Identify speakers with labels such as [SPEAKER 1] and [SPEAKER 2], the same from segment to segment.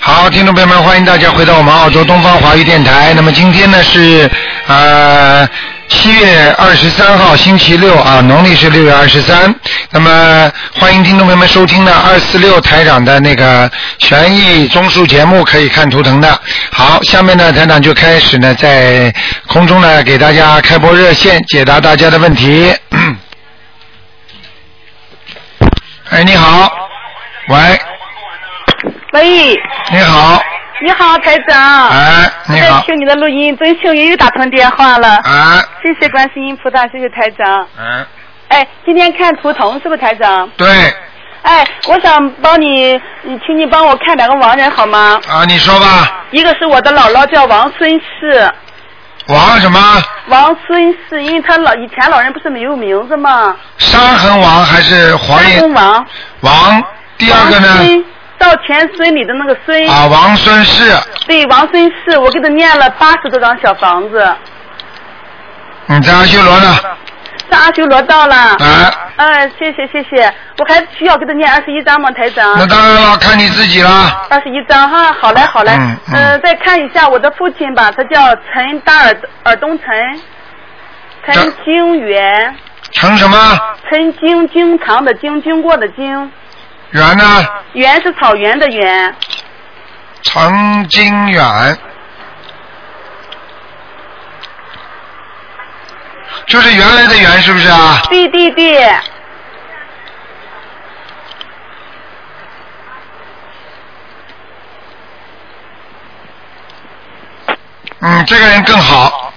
[SPEAKER 1] 好，听众朋友们，欢迎大家回到我们澳洲东方华语电台。那么今天呢是呃七月二十三号，星期六啊，农历是六月二十三。那么欢迎听众朋友们收听呢二四六台长的那个权益综述节目，可以看图腾的。好，下面呢台长就开始呢在空中呢给大家开播热线，解答大家的问题。 哎，你好，喂，
[SPEAKER 2] 喂，
[SPEAKER 1] 你好，
[SPEAKER 2] 你好，台长。
[SPEAKER 1] 哎，你
[SPEAKER 2] 在
[SPEAKER 1] 好，
[SPEAKER 2] 听你的录音，真幸运又打通电话了。
[SPEAKER 1] 哎，
[SPEAKER 2] 谢谢观世音菩萨，谢谢台长。
[SPEAKER 1] 哎，
[SPEAKER 2] 哎，今天看图腾是不是台长？
[SPEAKER 1] 对，
[SPEAKER 2] 哎，我想帮你，你请你帮我看两个亡人好吗？
[SPEAKER 1] 啊，你说吧，
[SPEAKER 2] 一个是我的姥姥叫王孙氏，
[SPEAKER 1] 王什么？
[SPEAKER 2] 王孙氏，因为她老以前老人不是没有名字吗？
[SPEAKER 1] 山横王还是黄
[SPEAKER 2] 山
[SPEAKER 1] 叶
[SPEAKER 2] 东王。
[SPEAKER 1] 王？第二个
[SPEAKER 2] 王
[SPEAKER 1] 呢？
[SPEAKER 2] 孙到前孙里的那个孙，
[SPEAKER 1] 啊，王孙氏，
[SPEAKER 2] 对，王孙氏，我给他念了八十多张小房子，
[SPEAKER 1] 你嗯在阿修罗呢？
[SPEAKER 2] 啊上阿修罗道了。
[SPEAKER 1] 哎，
[SPEAKER 2] 嗯，谢谢谢谢，我还需要给他念二十一章吗，台长？
[SPEAKER 1] 那当然了，看你自己啦。
[SPEAKER 2] 二十一章哈，好嘞好嘞。
[SPEAKER 1] 嗯嗯
[SPEAKER 2] 呃，再看一下我的父亲吧，他叫陈大尔尔东陈，陈经元，
[SPEAKER 1] 成什么
[SPEAKER 2] 陈经经常的经，经过的经，
[SPEAKER 1] 远呢？
[SPEAKER 2] 元是草原的元，
[SPEAKER 1] 程经远，就是原来的原是不是啊？
[SPEAKER 2] 对对对，
[SPEAKER 1] 嗯，这个人更好，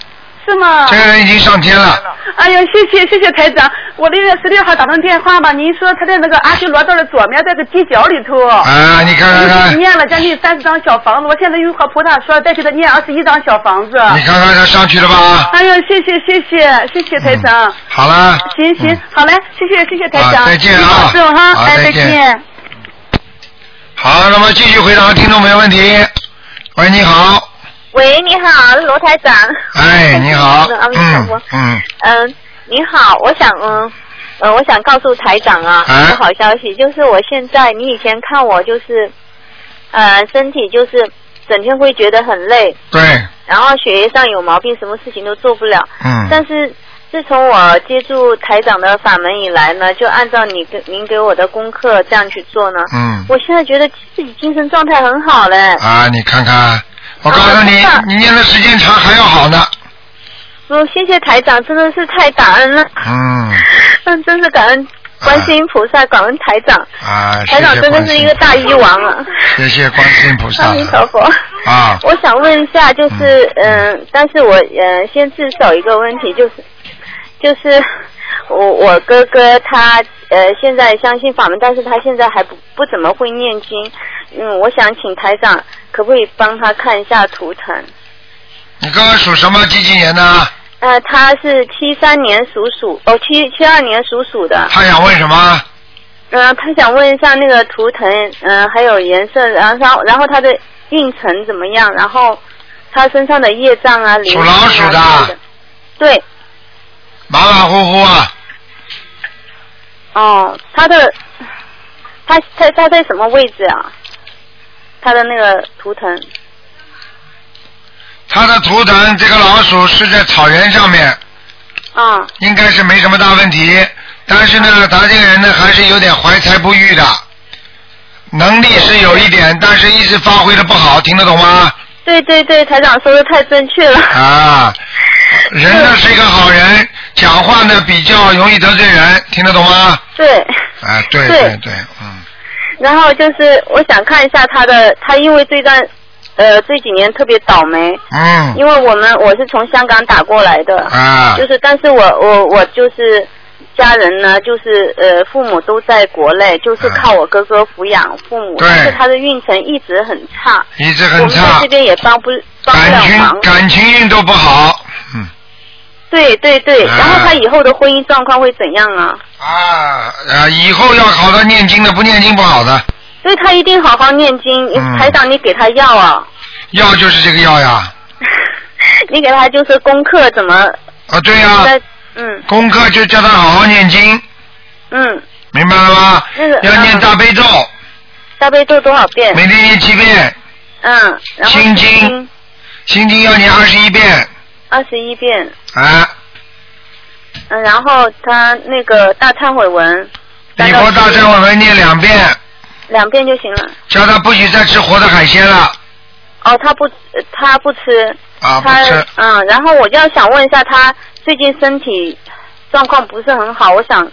[SPEAKER 2] 是吗？
[SPEAKER 1] 这个人已经上天了。
[SPEAKER 2] 哎呀，谢谢谢谢台长，我六月十六号打通电话吧，您说他在那个阿修罗道的左面，在个犄角里头。
[SPEAKER 1] 啊，你看看
[SPEAKER 2] 我
[SPEAKER 1] 看，
[SPEAKER 2] 念了将近三十张小房子，我现在又和菩萨说再给他念二十一张小房子。
[SPEAKER 1] 你看看他上去了吧？
[SPEAKER 2] 哎呀，谢谢谢谢谢谢台长，
[SPEAKER 1] 好了，
[SPEAKER 2] 行行，好嘞，谢谢谢谢台长，
[SPEAKER 1] 好再嗯见啊
[SPEAKER 2] 您保重哈，
[SPEAKER 1] 好
[SPEAKER 2] 哎
[SPEAKER 1] 再
[SPEAKER 2] 再
[SPEAKER 1] 见好，那么继续回答听众朋友问题。喂，你好，
[SPEAKER 3] 喂，你好，罗台长。
[SPEAKER 1] 哎，你 好，
[SPEAKER 3] 阿弥陀
[SPEAKER 1] 嗯
[SPEAKER 3] 佛
[SPEAKER 1] 嗯，
[SPEAKER 3] 嗯，你好，我想嗯。呃，我想告诉台长啊，
[SPEAKER 1] 啊
[SPEAKER 3] 一个好消息，就是我现在，你以前看我就是，呃，身体就是整天会觉得很累，
[SPEAKER 1] 对，
[SPEAKER 3] 然后血液上有毛病，什么事情都做不了。
[SPEAKER 1] 嗯，
[SPEAKER 3] 但是自从我接触台长的法门以来呢，就按照你给您给我的功课这样去做呢，
[SPEAKER 1] 嗯，
[SPEAKER 3] 我现在觉得自己精神状态很好嘞。
[SPEAKER 1] 啊，你看看，我告诉你
[SPEAKER 3] 啊我知道，
[SPEAKER 1] 你念的时间长还要好呢，
[SPEAKER 3] 我哦谢谢台长，真的是太感恩了。
[SPEAKER 1] 嗯，
[SPEAKER 3] 嗯，真是感恩观世音菩萨，感恩台长，
[SPEAKER 1] 啊，谢
[SPEAKER 3] 台长
[SPEAKER 1] 谢
[SPEAKER 3] 真的
[SPEAKER 1] 观世
[SPEAKER 3] 是一
[SPEAKER 1] 音
[SPEAKER 3] 个大医王啊！
[SPEAKER 1] 谢谢观世音菩萨
[SPEAKER 3] 阿弥陀佛。
[SPEAKER 1] 啊，
[SPEAKER 3] 我想问一下，就是嗯、但是我嗯、呃先自首一个问题，就是就是我我哥哥他呃现在相信法门，但是他现在还不不怎么会念经。嗯，我想请台长可不可以帮他看一下图腾？
[SPEAKER 1] 你刚刚属什么几几年呢？
[SPEAKER 3] 呃，他是七三年属鼠，哦七七二年属鼠的。
[SPEAKER 1] 他想问什么？
[SPEAKER 3] 嗯、他想问一下那个图腾，嗯、还有颜色，然后然后然后他的运程怎么样？然后他身上的业障啊，灵性啊
[SPEAKER 1] 属老鼠的
[SPEAKER 3] 之类的。对，
[SPEAKER 1] 马马虎虎啊，
[SPEAKER 3] 哦，他的他他他在什么位置啊？他的那个图腾，
[SPEAKER 1] 他的图腾这个老鼠是在草原上面，
[SPEAKER 3] 啊、
[SPEAKER 1] 应该是没什么大问题，但是呢，他这个人呢还是有点怀才不遇的，能力是有一点，但是一直发挥的不好，听得懂吗？
[SPEAKER 3] 对对对，台长说的太正确了。
[SPEAKER 1] 啊，人呢是一个好
[SPEAKER 3] 嗯
[SPEAKER 1] 人，讲话呢比较容易得罪人，听得懂吗？
[SPEAKER 3] 对，
[SPEAKER 1] 啊，对
[SPEAKER 3] 对
[SPEAKER 1] 对对，嗯，
[SPEAKER 3] 然后就是我想看一下他的，他因为这段呃这几年特别倒霉，
[SPEAKER 1] 嗯，
[SPEAKER 3] 因为我们我是从香港打过来的。
[SPEAKER 1] 啊
[SPEAKER 3] 就，是，但是我我我就是家人呢，就是呃，父母都在国内，就是靠我哥哥抚养父母，
[SPEAKER 1] 对
[SPEAKER 3] 但是他的运程一直很差，
[SPEAKER 1] 一直
[SPEAKER 3] 我
[SPEAKER 1] 很
[SPEAKER 3] 们在
[SPEAKER 1] 差
[SPEAKER 3] 这，边也帮不帮不
[SPEAKER 1] 感
[SPEAKER 3] 了
[SPEAKER 1] 情
[SPEAKER 3] 忙。
[SPEAKER 1] 感情运都不好，嗯，
[SPEAKER 3] 对对对，
[SPEAKER 1] 啊
[SPEAKER 3] 然后他以后的婚姻状况会怎样啊？
[SPEAKER 1] 啊啊，以后要好好念经的，不念经不好的，
[SPEAKER 3] 所以他一定好好念经，
[SPEAKER 1] 嗯
[SPEAKER 3] 台长你给他药啊，
[SPEAKER 1] 药就是这个药呀，
[SPEAKER 3] 你给他就是功课怎么
[SPEAKER 1] 啊，对呀、
[SPEAKER 3] 在嗯
[SPEAKER 1] 功课就叫他好好念经，
[SPEAKER 3] 嗯
[SPEAKER 1] 明白了吗？
[SPEAKER 3] 那个
[SPEAKER 1] 要念大悲咒，
[SPEAKER 3] 大悲咒多少遍？
[SPEAKER 1] 每天念七遍，
[SPEAKER 3] 嗯，然后
[SPEAKER 1] 心经，心经要念二十一遍
[SPEAKER 3] 二十一遍，
[SPEAKER 1] 啊，
[SPEAKER 3] 嗯，然后他那个大忏悔文，
[SPEAKER 1] 礼佛大忏悔文念两遍，
[SPEAKER 3] 两遍就行了。
[SPEAKER 1] 叫他不许再吃活的海鲜了
[SPEAKER 3] 哦，他不，呃他不吃，
[SPEAKER 1] 啊，不
[SPEAKER 3] 他
[SPEAKER 1] 吃。
[SPEAKER 3] 嗯，然后我就要想问一下，他最近身体状况不是很好，我想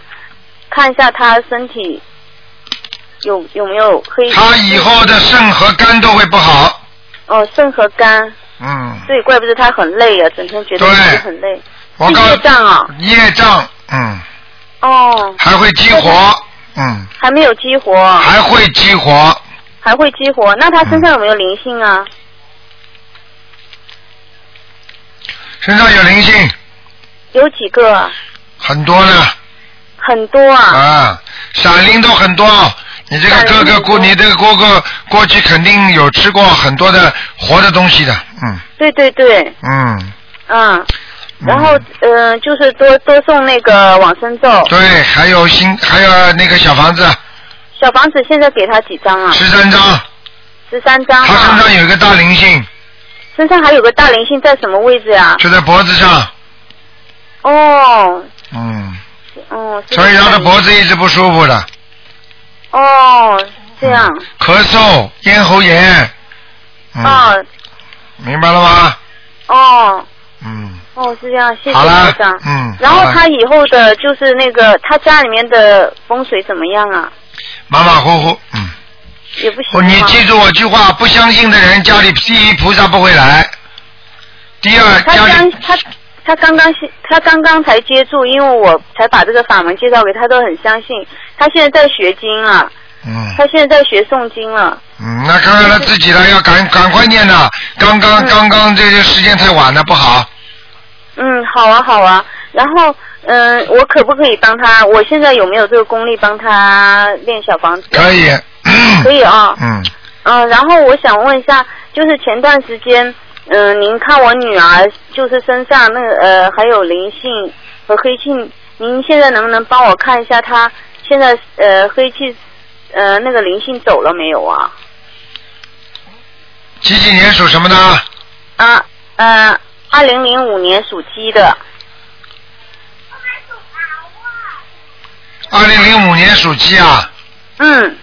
[SPEAKER 3] 看一下他身体有有没有可以。
[SPEAKER 1] 他以后的肾和肝都会不好，
[SPEAKER 3] 哦，肾和肝，
[SPEAKER 1] 嗯，
[SPEAKER 3] 所以怪不得他很累啊，整天觉得
[SPEAKER 1] 对
[SPEAKER 3] 自己很累，
[SPEAKER 1] 我
[SPEAKER 3] 是
[SPEAKER 1] 告
[SPEAKER 3] 业障啊。
[SPEAKER 1] 业障，嗯，
[SPEAKER 3] 哦，
[SPEAKER 1] 还会激活，嗯，
[SPEAKER 3] 还没有激活，
[SPEAKER 1] 还会激活，
[SPEAKER 3] 还会激活，那他身上有没有灵性啊？
[SPEAKER 1] 身上有灵性，
[SPEAKER 3] 有几个啊？
[SPEAKER 1] 很多呢，
[SPEAKER 3] 很多啊。
[SPEAKER 1] 啊，闪灵都很多。你这个哥
[SPEAKER 3] 闪灵
[SPEAKER 1] 哥
[SPEAKER 3] 很
[SPEAKER 1] 过，
[SPEAKER 3] 多
[SPEAKER 1] 你这个哥哥过去肯定有吃过很多的活的东西的，嗯
[SPEAKER 3] 对对对，
[SPEAKER 1] 嗯。
[SPEAKER 3] 嗯。
[SPEAKER 1] 嗯
[SPEAKER 3] 然后，嗯、就是多多送那个往生咒。
[SPEAKER 1] 对，还有新还有那个小房子
[SPEAKER 3] 啊小房子现在给他几张啊？
[SPEAKER 1] 十三张，
[SPEAKER 3] 十三张
[SPEAKER 1] 他身
[SPEAKER 3] 啊。
[SPEAKER 1] 上有一个大灵性，
[SPEAKER 3] 身上还有个大灵性在什么位置啊？
[SPEAKER 1] 就在脖子上，
[SPEAKER 3] 哦，
[SPEAKER 1] 嗯，
[SPEAKER 3] 哦。是
[SPEAKER 1] 所以他的脖
[SPEAKER 3] 这样。
[SPEAKER 1] 子一直不舒服的，
[SPEAKER 3] 哦，这样。
[SPEAKER 1] 咳嗽、咽喉炎，嗯，
[SPEAKER 3] 哦
[SPEAKER 1] 明白了吗？
[SPEAKER 3] 哦
[SPEAKER 1] 嗯，
[SPEAKER 3] 哦，是这样，谢谢
[SPEAKER 1] 好
[SPEAKER 3] 台
[SPEAKER 1] 啦
[SPEAKER 3] 长。，
[SPEAKER 1] 嗯，
[SPEAKER 3] 然后
[SPEAKER 1] 好啦
[SPEAKER 3] 他以后的就是那个他家里面的风水怎么样啊？
[SPEAKER 1] 马马虎虎，嗯，
[SPEAKER 3] 也不行
[SPEAKER 1] 我哦你
[SPEAKER 3] 吗？
[SPEAKER 1] 记住我句话，不相信的人家里第一菩萨不会来，第二
[SPEAKER 3] 他
[SPEAKER 1] 家
[SPEAKER 3] 刚
[SPEAKER 1] 里
[SPEAKER 3] 他他刚刚信他刚刚才接触，因为我才把这个法门介绍给他，都很相信。他现在在学经了，
[SPEAKER 1] 嗯
[SPEAKER 3] 他现在在学诵经了。
[SPEAKER 1] 嗯，那看看他自己了，要赶赶快念呐，刚刚
[SPEAKER 3] 嗯
[SPEAKER 1] 刚刚这个时间太晚了，不好。
[SPEAKER 3] 嗯，好啊，好啊。然后，嗯、我可不可以帮他？我现在有没有这个功力帮他练 小房子？
[SPEAKER 1] 可以。
[SPEAKER 3] 可以啊、
[SPEAKER 1] 嗯，
[SPEAKER 3] 嗯，然后我想问一下，就是前段时间，嗯、您看我女儿就是身上那个呃还有灵性和黑气，您现在能不能帮我看一下她现在呃黑气呃那个灵性走了没有啊？
[SPEAKER 1] 几几年属什么的？
[SPEAKER 3] 啊呃，二零零五年属鸡的，
[SPEAKER 1] 二零零五年属鸡啊。
[SPEAKER 3] 嗯，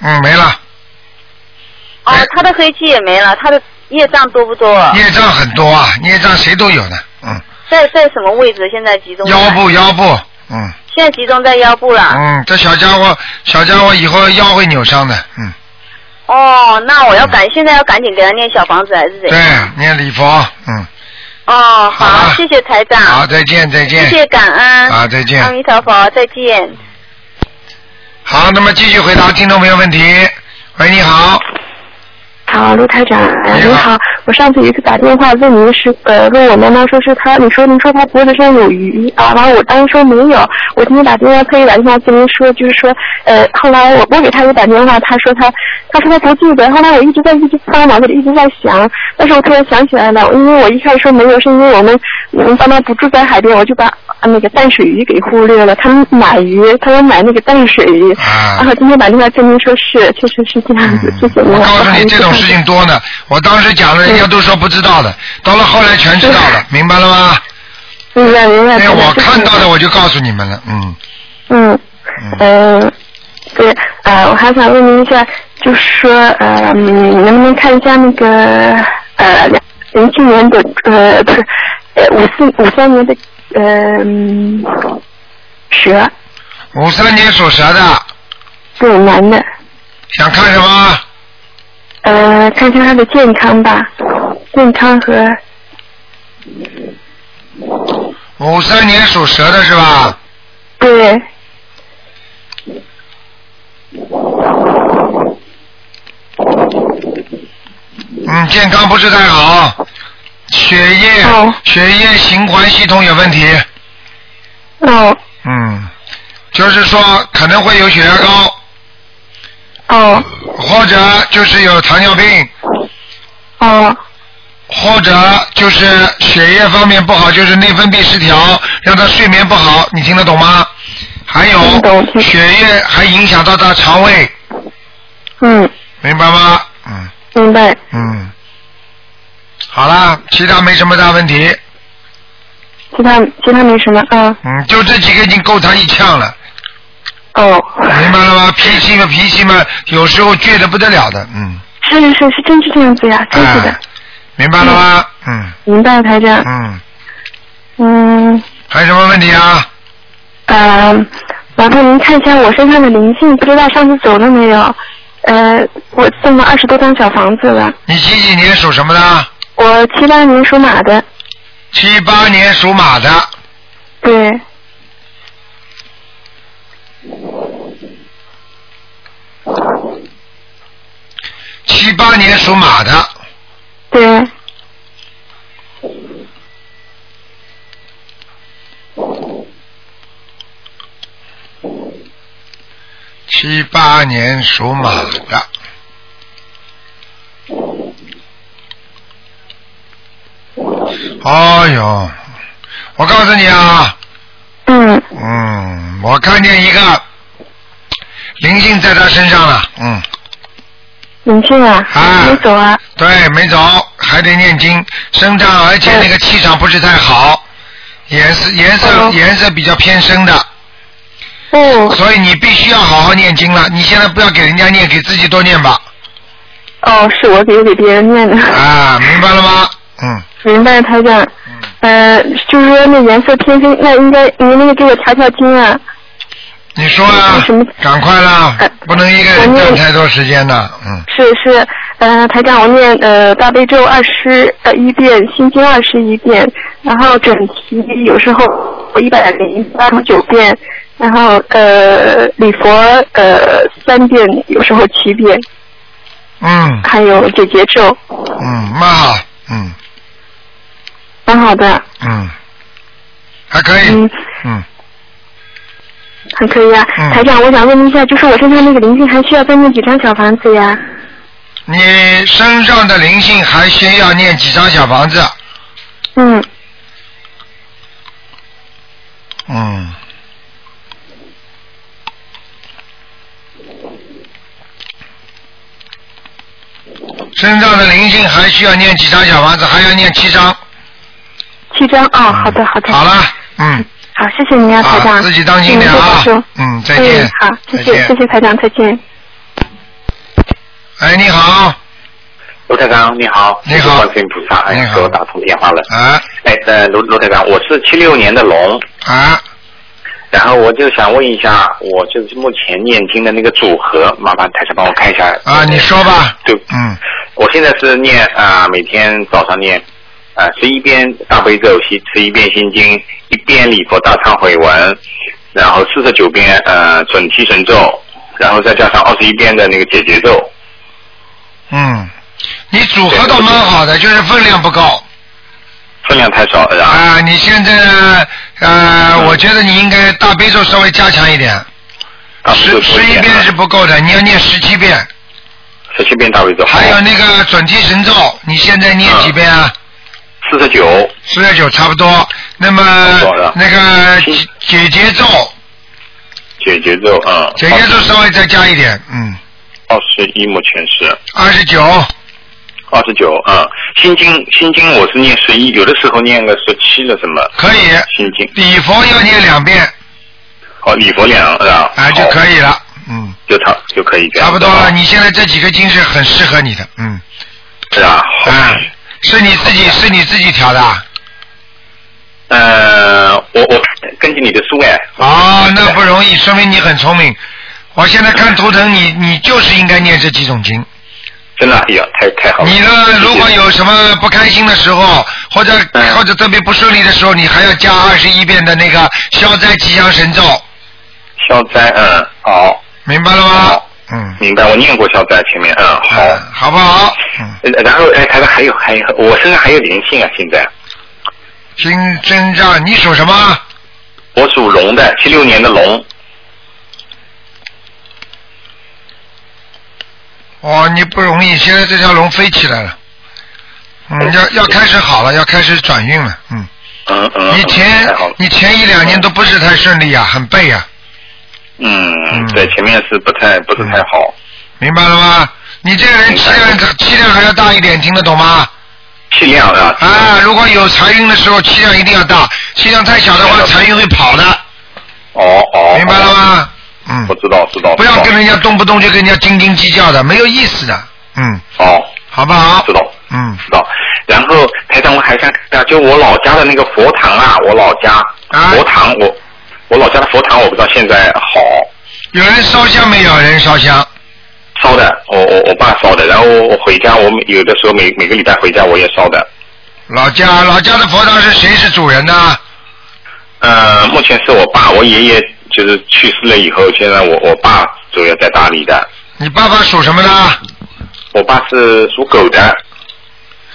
[SPEAKER 1] 嗯，没了，
[SPEAKER 3] 哦
[SPEAKER 1] 哎，
[SPEAKER 3] 她的黑气也没了，她的业障多不多？
[SPEAKER 1] 孽障很多啊，孽障谁都有的。嗯，
[SPEAKER 3] 在在什么位置？现在集中在
[SPEAKER 1] 腰，部腰部，嗯
[SPEAKER 3] 现在集中在腰部了。
[SPEAKER 1] 嗯，这小家伙小家伙以后腰会扭伤的。嗯，
[SPEAKER 3] 哦，那我要赶，现在要赶紧给她念小房子还是怎样？
[SPEAKER 1] 对，念礼佛，嗯，
[SPEAKER 3] 哦，
[SPEAKER 1] 好吧
[SPEAKER 3] 好，谢谢台长，
[SPEAKER 1] 好，再见再
[SPEAKER 3] 谢
[SPEAKER 1] 见。
[SPEAKER 3] 谢感恩，
[SPEAKER 1] 啊，再
[SPEAKER 3] 阿
[SPEAKER 1] 见。
[SPEAKER 3] 弥陀佛，再见。
[SPEAKER 1] 好，那么继续回答听众朋友问题。喂，你好，
[SPEAKER 4] 好，卢台长，呃
[SPEAKER 1] 你好
[SPEAKER 4] 您好，我上次有一次打电话问您是，呃，问我妈妈说是她，你说您说她脖子上有鱼啊，完了我当时说没有，我今天打电话特意打电话跟您说，就是说，呃，后来我我给她也打电话，她说她，她说她不记得，后来我一直在一直在脑子里一直在想，但是我突然想起来了，因为我一开始说没有，是因为我们我们爸妈不住在海边，我就把啊那个淡水鱼给忽略了，他们买鱼，他们买那个淡水鱼，
[SPEAKER 1] 啊
[SPEAKER 4] 然后今天打电话跟您说是，确实是这样子，谢谢您，
[SPEAKER 1] 我告
[SPEAKER 4] 不
[SPEAKER 1] 诉
[SPEAKER 4] 好
[SPEAKER 1] 你，
[SPEAKER 4] 意
[SPEAKER 1] 这
[SPEAKER 4] 思
[SPEAKER 1] 种事情多呢。我当时讲了，人家都说不知道的，到了后来全知道了，明白了吗？
[SPEAKER 4] 嗯明白明白。
[SPEAKER 1] 哎，
[SPEAKER 4] 明白
[SPEAKER 1] 我
[SPEAKER 4] 谢谢
[SPEAKER 1] 看到的我就告诉你们了，嗯
[SPEAKER 4] 嗯
[SPEAKER 1] 嗯，
[SPEAKER 4] 嗯，对，呃，我还想问您一下，就是说，呃，嗯能不能看一下那个呃，两零七年的呃，不是，呃，五四五三年的呃嗯蛇，
[SPEAKER 1] 五三年属蛇的，
[SPEAKER 4] 对，男的，
[SPEAKER 1] 想看什么？
[SPEAKER 4] 呃，看一下他的健康吧，健康和
[SPEAKER 1] 五三年属蛇的是吧？
[SPEAKER 4] 对，
[SPEAKER 1] 嗯，健康不是太好，血液
[SPEAKER 4] 哦
[SPEAKER 1] 血液循环系统有问题，
[SPEAKER 4] 哦
[SPEAKER 1] 嗯，就是说可能会有血压高，
[SPEAKER 4] 哦
[SPEAKER 1] 或者就是有糖尿病，
[SPEAKER 4] 哦
[SPEAKER 1] 或者就是血液方面不好，就是内分泌失调，让他睡眠不好，你听得懂吗？还有
[SPEAKER 4] 嗯懂听
[SPEAKER 1] 血液还影响到他肠胃，
[SPEAKER 4] 嗯，
[SPEAKER 1] 明白吗？嗯
[SPEAKER 4] 明白。
[SPEAKER 1] 嗯，好啦，其他没什么大问题，
[SPEAKER 4] 其他其他没什么啊。
[SPEAKER 1] 嗯，就这几个已经够他一呛了，
[SPEAKER 4] 哦，
[SPEAKER 1] 明白了吗？脾气嘛，脾气嘛，有时候倔得不得了的，嗯，
[SPEAKER 4] 是是是，是真是这样子呀，真嗯是的
[SPEAKER 1] 哎，明白了吗？嗯
[SPEAKER 4] 明白台长。
[SPEAKER 1] 嗯，
[SPEAKER 4] 嗯，
[SPEAKER 1] 还有什么问题啊？
[SPEAKER 4] 啊，麻烦您看一下我身上的灵性，不知道上次走了没有？呃，我送了二十多张小房子了。
[SPEAKER 1] 你几几年属什么的？
[SPEAKER 4] 我七八年属马的，
[SPEAKER 1] 七八年属马的，
[SPEAKER 4] 对，
[SPEAKER 1] 七八年属马的，
[SPEAKER 4] 对，
[SPEAKER 1] 七八年属马的。哎呦，我告诉你啊，
[SPEAKER 4] 嗯，
[SPEAKER 1] 嗯，我看见一个灵性在他身上了，嗯，
[SPEAKER 4] 灵性啊，
[SPEAKER 1] 啊
[SPEAKER 4] 没走啊，
[SPEAKER 1] 对，没走，还得念经，身上而且那个气场不是太好，颜色颜色
[SPEAKER 4] 哦
[SPEAKER 1] 颜色比较偏深的，
[SPEAKER 4] 哦，
[SPEAKER 1] 所以你必须要好好念经了。你现在不要给人家念，给自己多念吧，
[SPEAKER 4] 哦，是我给给别人念的，
[SPEAKER 1] 啊，明白了吗？嗯。
[SPEAKER 4] 明白台长，
[SPEAKER 1] 嗯
[SPEAKER 4] 呃，就是说那颜色偏深，那应该您那个给我调调经啊，
[SPEAKER 1] 你说啊
[SPEAKER 4] 有什么，
[SPEAKER 1] 赶快啦
[SPEAKER 4] 呃，
[SPEAKER 1] 不能一个人占太多时间的，嗯，
[SPEAKER 4] 是是，呃，台长我念呃大悲咒二十呃一遍，心经二十一遍，然后准提有时候我一百零八十九遍，然后呃礼佛呃三遍，有时候七遍，
[SPEAKER 1] 嗯
[SPEAKER 4] 还有解结咒，
[SPEAKER 1] 嗯，蛮好，嗯
[SPEAKER 4] 蛮好的，
[SPEAKER 1] 嗯，还可以
[SPEAKER 4] 嗯，，
[SPEAKER 1] 嗯，
[SPEAKER 4] 很可以啊。
[SPEAKER 1] 嗯
[SPEAKER 4] 台长，我想问一下，就是我身上那个灵性还需要再念几张小房子呀？
[SPEAKER 1] 你身上的灵性还需要念几张小房子？
[SPEAKER 4] 嗯，
[SPEAKER 1] 嗯，身上的灵性还需要念几张小房子？还要念七张。
[SPEAKER 4] 七张哦，好的好的，
[SPEAKER 1] 好了，嗯，
[SPEAKER 4] 好，谢谢您啊，台
[SPEAKER 1] 啊，
[SPEAKER 4] 长，
[SPEAKER 1] 自己当心点
[SPEAKER 4] 嗯多保
[SPEAKER 1] 啊
[SPEAKER 4] 重，
[SPEAKER 1] 嗯，再见
[SPEAKER 5] 哎
[SPEAKER 4] 嗯，，好，谢
[SPEAKER 1] 再
[SPEAKER 4] 谢
[SPEAKER 1] 见
[SPEAKER 4] 谢谢台长，再见。
[SPEAKER 1] 哎，你好，
[SPEAKER 6] 卢台长，你好，
[SPEAKER 1] 你
[SPEAKER 6] 谢
[SPEAKER 1] 好
[SPEAKER 6] 谢观世音菩萨，
[SPEAKER 1] 你
[SPEAKER 6] 哎，
[SPEAKER 1] 好
[SPEAKER 6] 给我打通电话了。
[SPEAKER 1] 啊
[SPEAKER 6] 哎，呃，卢卢台长，我是七六年的龙，
[SPEAKER 1] 啊，
[SPEAKER 6] 然后我就想问一下，我就是目前念经的那个组合，麻烦台长帮我看一下。
[SPEAKER 1] 啊，你说吧，
[SPEAKER 6] 对，
[SPEAKER 1] 嗯
[SPEAKER 6] 我现在是念啊、每天早上念啊十一遍大悲咒，十十一遍心经，一遍礼佛大忏悔文，然后四十九遍呃准提神咒，然后再加上二十一遍的那个解结咒。
[SPEAKER 1] 嗯，你组合倒蛮好的，就是分量不够
[SPEAKER 6] 分量太少了，呃然后
[SPEAKER 1] 啊。你现在呃，我觉得你应该大悲咒稍微加强一点，
[SPEAKER 6] 大悲咒
[SPEAKER 1] 十
[SPEAKER 6] 多
[SPEAKER 1] 十一
[SPEAKER 6] 点啊
[SPEAKER 1] 遍是不够的，你要念十七遍，
[SPEAKER 6] 十七遍大悲咒，
[SPEAKER 1] 还有那个准提神咒，你现在念几遍啊？
[SPEAKER 6] 四十九，
[SPEAKER 1] 四十九差不多。那么
[SPEAKER 6] 不多了
[SPEAKER 1] 那个解解结咒，
[SPEAKER 6] 解节奏，嗯，
[SPEAKER 1] 解结咒稍微再加一点，嗯，
[SPEAKER 6] 二十一目前是
[SPEAKER 1] 二十九，
[SPEAKER 6] 二十九，嗯，心经心经我是念十一，有的时候念个十七了什么，
[SPEAKER 1] 可以。
[SPEAKER 6] 心经
[SPEAKER 1] 礼佛要念两遍，
[SPEAKER 6] 哦，礼佛两是吧？
[SPEAKER 1] 啊就
[SPEAKER 6] 好
[SPEAKER 1] 可以了，嗯。
[SPEAKER 6] 就差就可以这样，
[SPEAKER 1] 差不多了，
[SPEAKER 6] 是吧
[SPEAKER 1] 你现在这几个经是很适合你的，嗯，
[SPEAKER 6] 是啊，好
[SPEAKER 1] 啊，是你自己是你自己调的啊，
[SPEAKER 6] 呃，我我根据你的书哎，
[SPEAKER 1] 哦，那不容易，说明你很聪明。我现在
[SPEAKER 6] 嗯
[SPEAKER 1] 看图腾，你你就是应该念这几种经。
[SPEAKER 6] 真的，哎呀，太太好了。
[SPEAKER 1] 你呢，如果有什么不开心的时候，或者
[SPEAKER 6] 嗯
[SPEAKER 1] 或者特别不顺利的时候，你还要加二十一遍的那个消灾吉祥神咒，
[SPEAKER 6] 消灾，嗯，好，
[SPEAKER 1] 明白了吗
[SPEAKER 6] 好？
[SPEAKER 1] 嗯，
[SPEAKER 6] 明白，我念过消灾前面，嗯，好。
[SPEAKER 1] 嗯好不好？嗯，
[SPEAKER 6] 呃然后哎，台长还有还有，我身上还有灵性啊，现在
[SPEAKER 1] 经真让你属什么？
[SPEAKER 6] 我属龙的，七六年的龙，
[SPEAKER 1] 哦，你不容易，现在这条龙飞起来了，嗯，要要开始好了，要开始转运了，嗯，
[SPEAKER 6] 嗯嗯，
[SPEAKER 1] 你
[SPEAKER 6] 嗯
[SPEAKER 1] 前
[SPEAKER 6] 太好了
[SPEAKER 1] 啊你前一两年都不是太顺利呀、很背呀、
[SPEAKER 6] 嗯，对，前面是不
[SPEAKER 1] 嗯
[SPEAKER 6] 太不是太好，
[SPEAKER 1] 明白了吗？你这个人气量气量还要大一点，听得懂吗？
[SPEAKER 6] 气量啊，
[SPEAKER 1] 啊，如果有财运的时候，气量一定要大，气量太小的话，财运会跑的，
[SPEAKER 6] 哦哦，
[SPEAKER 1] 明白了吗？
[SPEAKER 6] 嗯，我知道知道，
[SPEAKER 1] 啊不
[SPEAKER 6] 知
[SPEAKER 1] 要
[SPEAKER 6] 道
[SPEAKER 1] 跟人家动不动就跟人家斤斤计较的，没有意思的，嗯，
[SPEAKER 6] 哦，
[SPEAKER 1] 好不好
[SPEAKER 6] 知？道
[SPEAKER 1] 嗯，
[SPEAKER 6] 知道。然后台长，我还想啊，就我老家的那个佛堂啊，我老家、
[SPEAKER 1] 啊
[SPEAKER 6] 佛堂，我我老家的佛堂，我不知道现在好
[SPEAKER 1] 有人烧香没有？有人烧香，
[SPEAKER 6] 烧的，我我我爸烧的，然后我回家，我每有的时候每每个礼拜回家我也烧的。
[SPEAKER 1] 老家老家的佛堂是谁是主人呢？
[SPEAKER 6] 呃，目前是我爸，我爷爷就是去世了以后，现在我我爸主要在打理的，
[SPEAKER 1] 你爸爸属什么的？
[SPEAKER 6] 我爸是属狗的，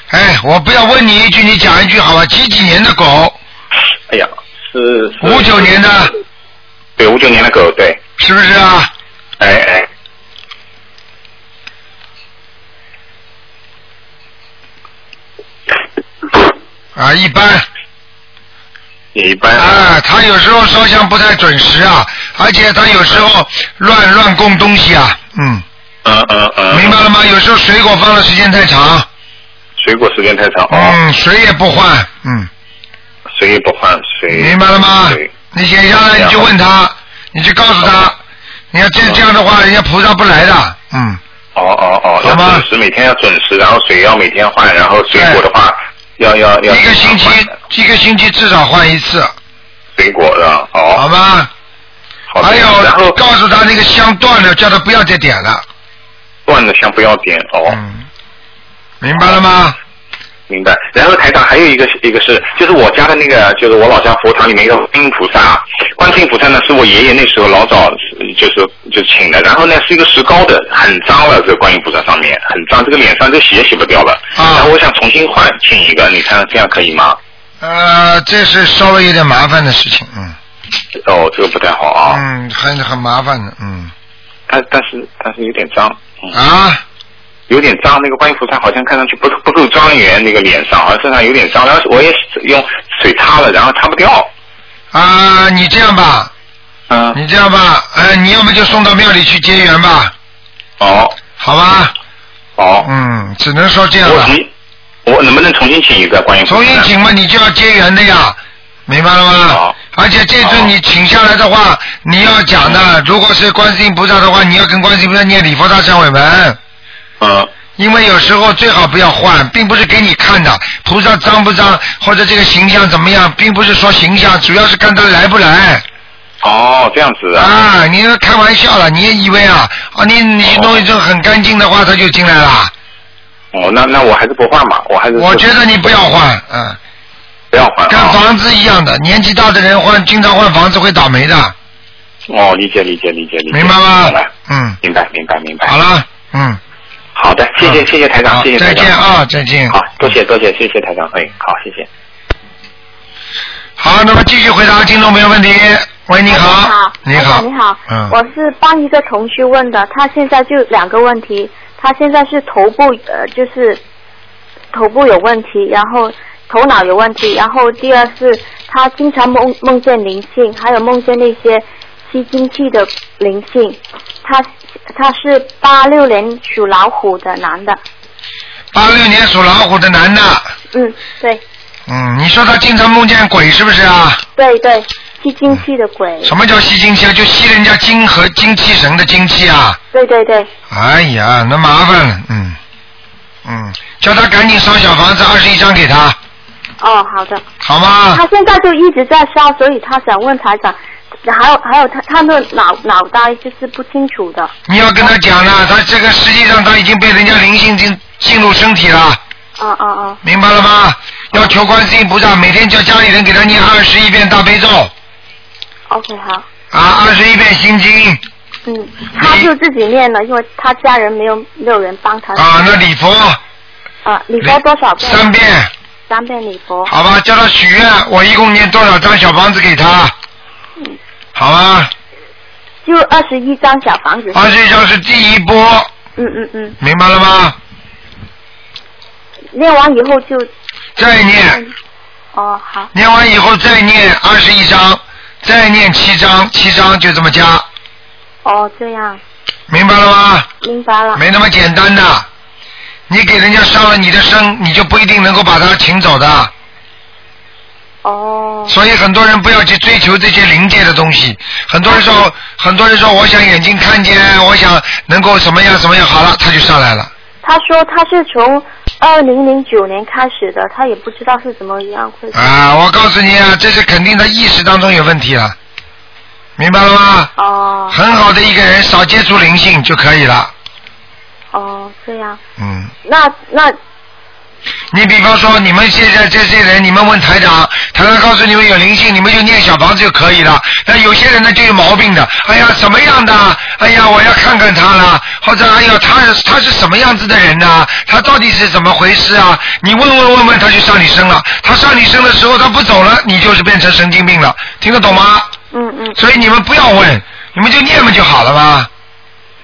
[SPEAKER 1] 哎，我不要问你一句，你讲一句好吧？几几年的狗？
[SPEAKER 6] 哎呀，是是
[SPEAKER 1] 五九年的，
[SPEAKER 6] 对五九年的狗，对，
[SPEAKER 1] 是不是啊？
[SPEAKER 6] 哎哎，
[SPEAKER 1] 啊，一般
[SPEAKER 6] 也一般，
[SPEAKER 1] 啊，他有时候烧香不太准时啊，而且他有时候乱乱供东西啊，嗯，
[SPEAKER 6] 嗯嗯嗯，
[SPEAKER 1] 明白了吗？有时候水果放的时间太长，
[SPEAKER 6] 水果时间太长啊，
[SPEAKER 1] 嗯，水也不换，嗯，
[SPEAKER 6] 水也不换水。
[SPEAKER 1] 明白了吗
[SPEAKER 6] 对，？啊
[SPEAKER 1] 你写下来你就问他，你就告诉他，你要这这样的话，人家菩萨不来的，嗯，
[SPEAKER 6] 哦哦哦，
[SPEAKER 1] 好
[SPEAKER 6] 要
[SPEAKER 1] 吗
[SPEAKER 6] 准时，每天要准时，然后水要每天换，然后水果的话要要要
[SPEAKER 1] 一个星期
[SPEAKER 6] 换的
[SPEAKER 1] 一个星期至少换一次，
[SPEAKER 6] 水果是吧？
[SPEAKER 1] 好
[SPEAKER 6] 哦，
[SPEAKER 1] 吗？
[SPEAKER 6] 好的
[SPEAKER 1] 还
[SPEAKER 6] 然
[SPEAKER 1] 有
[SPEAKER 6] 后
[SPEAKER 1] 告诉他那个香断了，叫他不要再点了，
[SPEAKER 6] 断的香不要点哦，
[SPEAKER 1] 嗯，明白了吗？
[SPEAKER 6] 明白。然后台长还有一个一个是，就是我家的那个，就是我老家佛堂里面一个观世音菩萨，啊观世音菩萨呢是我爷爷那时候老早就是就请的，然后呢是一个石膏的，很脏了，这个观音菩萨上面很脏，这个脸上就洗也洗不掉了。
[SPEAKER 1] 啊
[SPEAKER 6] 然后我想重新换请一个，你看这样可以吗？
[SPEAKER 1] 呃，这是稍微有点麻烦的事情，嗯，
[SPEAKER 6] 哦，这个不太好啊。
[SPEAKER 1] 嗯，很很麻烦的，嗯，
[SPEAKER 6] 但但是但是有点脏，嗯，
[SPEAKER 1] 啊，
[SPEAKER 6] 有点脏。那个观音菩萨好像看上去不不够庄严，那个脸上好像身上有点脏。然后我也用水擦了，然后擦不掉。
[SPEAKER 1] 啊，你这样吧，
[SPEAKER 6] 嗯，
[SPEAKER 1] 你这样吧，呃，你要么就送到庙里去结缘吧，
[SPEAKER 6] 哦
[SPEAKER 1] 好吧？
[SPEAKER 6] 哦，
[SPEAKER 1] 嗯，只能说这样
[SPEAKER 6] 我
[SPEAKER 1] 了
[SPEAKER 6] 重。新我能不能重新请一个 观音菩萨
[SPEAKER 1] 重
[SPEAKER 6] 呢？
[SPEAKER 1] 新请嘛，你就要结缘的呀，明白了吗
[SPEAKER 6] 好？
[SPEAKER 1] 而且这次
[SPEAKER 6] 好嗯
[SPEAKER 1] 你请下来的话，你要讲的，如果是观世音菩萨的话，你要跟观世音菩萨念礼佛大忏悔文。
[SPEAKER 6] 嗯
[SPEAKER 1] 因为有时候最好不要换，并不是给你看的菩萨脏不脏，或者这个形象怎么样，并不是说形象，主要是看他来不来
[SPEAKER 6] 哦，这样子啊。
[SPEAKER 1] 啊！你要开玩笑了，你也以为啊啊你你
[SPEAKER 6] 哦
[SPEAKER 1] 弄一种很干净的话，他就进来了。
[SPEAKER 6] 哦，那那我还是不换吧，我还是
[SPEAKER 1] 我觉得你不要换，嗯，
[SPEAKER 6] 不要换
[SPEAKER 1] 跟
[SPEAKER 6] 啊。
[SPEAKER 1] 房子一样的，年纪大的人换经常换房子会倒霉的，
[SPEAKER 6] 哦，理解理解理解理解。
[SPEAKER 1] 明白吗
[SPEAKER 6] 明白？
[SPEAKER 1] 嗯，
[SPEAKER 6] 明白明白明白。
[SPEAKER 1] 好了，嗯，
[SPEAKER 6] 好的，谢谢
[SPEAKER 1] 嗯
[SPEAKER 6] 谢谢台
[SPEAKER 1] 好
[SPEAKER 6] 长，谢谢
[SPEAKER 1] 再
[SPEAKER 6] 台长。
[SPEAKER 1] 见啊，再见。
[SPEAKER 6] 好，多谢多谢，谢谢台长，哎，好，谢谢。
[SPEAKER 1] 好，那么继续回答听众朋友问题。喂，
[SPEAKER 6] 哎
[SPEAKER 1] 你好，
[SPEAKER 7] 你
[SPEAKER 1] 好，
[SPEAKER 7] 你好，
[SPEAKER 1] 嗯，
[SPEAKER 7] 我是帮一个同学问的，他现在就两个问题，他现在是头部呃就是头部有问题，然后头脑有问题，然后第二是他经常梦梦见灵性，还有梦见那些吸精气的灵性，他他是八六年属老虎的男的，
[SPEAKER 1] 八六年属老虎的男的。
[SPEAKER 7] 嗯，对
[SPEAKER 1] 嗯，你说他经常梦见鬼是不是啊？
[SPEAKER 7] 对对，吸精气的鬼，
[SPEAKER 1] 什么叫吸精气啊？就吸人家精和精气神的精气啊！
[SPEAKER 7] 对对对，
[SPEAKER 1] 哎呀，那麻烦了，嗯，嗯，叫他赶紧烧小房子二十一张给他，
[SPEAKER 7] 哦，好的。
[SPEAKER 1] 好吗
[SPEAKER 7] 他？现在就一直在烧，所以他想问台长，还有还有他他的脑脑袋就是不清楚的。
[SPEAKER 1] 你要跟他讲了，他这个实际上他已经被人家灵性进进入身体了，
[SPEAKER 7] 啊啊啊！
[SPEAKER 1] 明白了吗？要求观世音菩萨每天叫家里人给他念二十一遍大悲咒
[SPEAKER 7] OK 好，
[SPEAKER 1] 啊，二十一遍心经
[SPEAKER 7] 嗯，他就自己念了，因为他家人没有没有人帮他。
[SPEAKER 1] 啊，那礼佛
[SPEAKER 7] 啊，你说多少遍？
[SPEAKER 1] 三遍。
[SPEAKER 7] 三遍礼佛。
[SPEAKER 1] 好吧，叫他许愿，我一共念多少张小房子给他？好吧，
[SPEAKER 7] 嗯就二十一张小房子。
[SPEAKER 1] 二十一张是第一波，
[SPEAKER 7] 嗯嗯嗯，
[SPEAKER 1] 明白了吗？
[SPEAKER 7] 念完以后就，
[SPEAKER 1] 再念，
[SPEAKER 7] 哦好，
[SPEAKER 1] 念完以后再念二十一张，再念七张，七张就这么加，
[SPEAKER 7] 哦，这样，
[SPEAKER 1] 明白了吗？
[SPEAKER 7] 明白了。
[SPEAKER 1] 没那么简单的，你给人家上了你的身，你就不一定能够把他请走的。
[SPEAKER 7] 哦，
[SPEAKER 1] 所以很多人不要去追求这些灵界的东西。很多人
[SPEAKER 7] 嗯
[SPEAKER 1] 说，很多人说，我想眼睛看见，我想能够什么样什么样，好了，他就上来了。
[SPEAKER 7] 他说他是从二零零九年开始的，他也不知道是怎么样会。
[SPEAKER 1] 啊，我告诉你啊，这是肯定他意识当中有问题了，明白了吗？
[SPEAKER 7] 哦
[SPEAKER 1] 很好的一个人，少接触灵性就可以了。
[SPEAKER 7] 哦，这样，
[SPEAKER 1] 嗯。
[SPEAKER 7] 那那
[SPEAKER 1] 你比方说，你们现在这些人，你们问台长，台长告诉你们有灵性，你们就念小房子就可以了。那有些人呢就有毛病的，哎呀什么样的？哎呀我要看看他了，或者哎呦他是他是什么样子的人呢、他到底是怎么回事啊？你问问问问，他就上你身了。他上你身的时候他不走了，你就是变成神经病了，听得懂吗？
[SPEAKER 7] 嗯嗯
[SPEAKER 1] 所以你们不要问，你们就念嘛就好了嘛，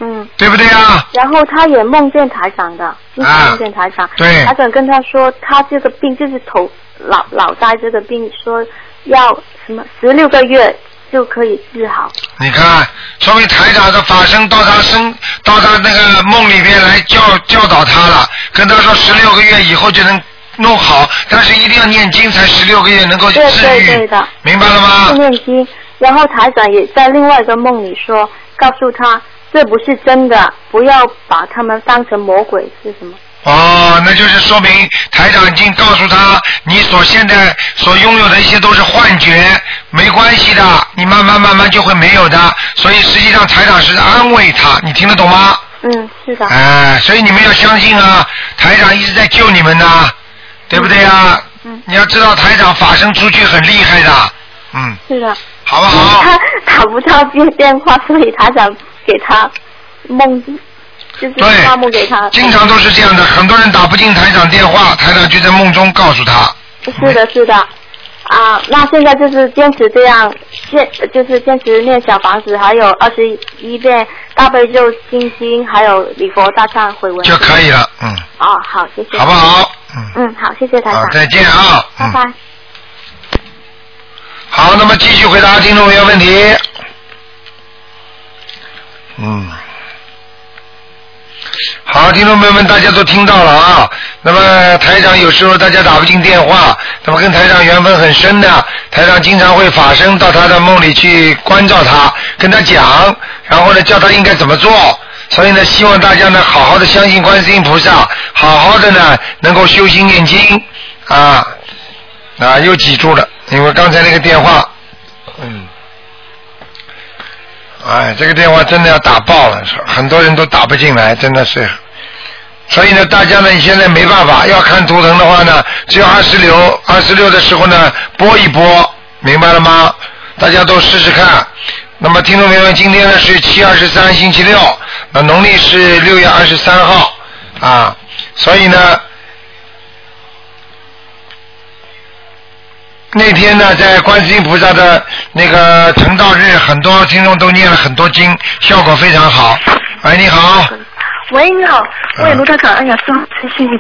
[SPEAKER 7] 嗯，
[SPEAKER 1] 对不对啊？
[SPEAKER 7] 然后他也梦见台长的，一直梦见台长。
[SPEAKER 1] 对
[SPEAKER 7] 台长跟他说，他这个病就是头脑脑袋这个病，说要什么十六个月就可以治好。
[SPEAKER 1] 你看，说明台长的法身到他身到他那个梦里边来教教导他了，跟他说十六个月以后就能弄好，但是一定要念经才十六个月能够治
[SPEAKER 7] 对
[SPEAKER 1] 愈，
[SPEAKER 7] 对对的，
[SPEAKER 1] 明白了
[SPEAKER 7] 是
[SPEAKER 1] 吗？
[SPEAKER 7] 念经。然后台长也在另外一个梦里说，告诉他这不是真的，不要把他们当成魔鬼是什么？
[SPEAKER 1] 哦，那就是说明台长已经告诉他，你所现在所拥有的一些都是幻觉，没关系的，你慢慢慢慢就会没有的。所以实际上台长是安慰他，你听得懂吗？
[SPEAKER 7] 嗯，是的。
[SPEAKER 1] 哎，所以你们要相信啊，台长一直在救你们呐、对不对啊？
[SPEAKER 7] 嗯
[SPEAKER 1] 你要知道台长法身出去很厉害的，嗯，
[SPEAKER 7] 是的。
[SPEAKER 1] 好不好？
[SPEAKER 7] 他打不到电电话，所以台长给他梦，就是
[SPEAKER 1] 对
[SPEAKER 7] 发梦给他。
[SPEAKER 1] 经常都是这
[SPEAKER 7] 嗯
[SPEAKER 1] 样的，很多人打不进台长电话，台长就在梦中告诉他，
[SPEAKER 7] 是的，是的。啊，那现在就是坚持这样，坚就是坚持念小房子，还有二十一遍大悲咒心经，还有礼佛大忏悔文
[SPEAKER 1] 就可以了，嗯，
[SPEAKER 7] 哦，好，谢谢。
[SPEAKER 1] 好不？好？嗯，
[SPEAKER 7] 嗯，好，谢谢台
[SPEAKER 1] 好
[SPEAKER 7] 长，。
[SPEAKER 1] 再见啊，
[SPEAKER 7] 拜
[SPEAKER 1] 嗯，
[SPEAKER 7] 拜。
[SPEAKER 1] 好，那么继续回答听众朋友问题，嗯。好，听众朋友们，大家都听到了啊。那么台长有时候大家打不进电话，那么跟台长缘分很深的，台长经常会法身到他的梦里去关照他，跟他讲，然后呢叫他应该怎么做。所以呢，希望大家呢好好的相信观世音菩萨，好好的呢能够修心念经啊啊，又记住了，因为刚才那个电话，嗯。哎，这个电话真的要打爆了，很多人都打不进来，真的是。所以呢，大家呢现在没办法，要看图腾的话呢，只有二十六、二十六的时候呢拨一拨，明白了吗？大家都试试看。那么听众朋友们，今天呢是七二十三星期六，那农历是六月二十三号啊，所以呢，那天呢，在观世音菩萨的那个成道日，很多听众都念了很多经，效果非常好。喂，哎你好，
[SPEAKER 8] 喂，你好，
[SPEAKER 1] 嗯
[SPEAKER 8] 喂，卢台长，哎呀，真谢谢你，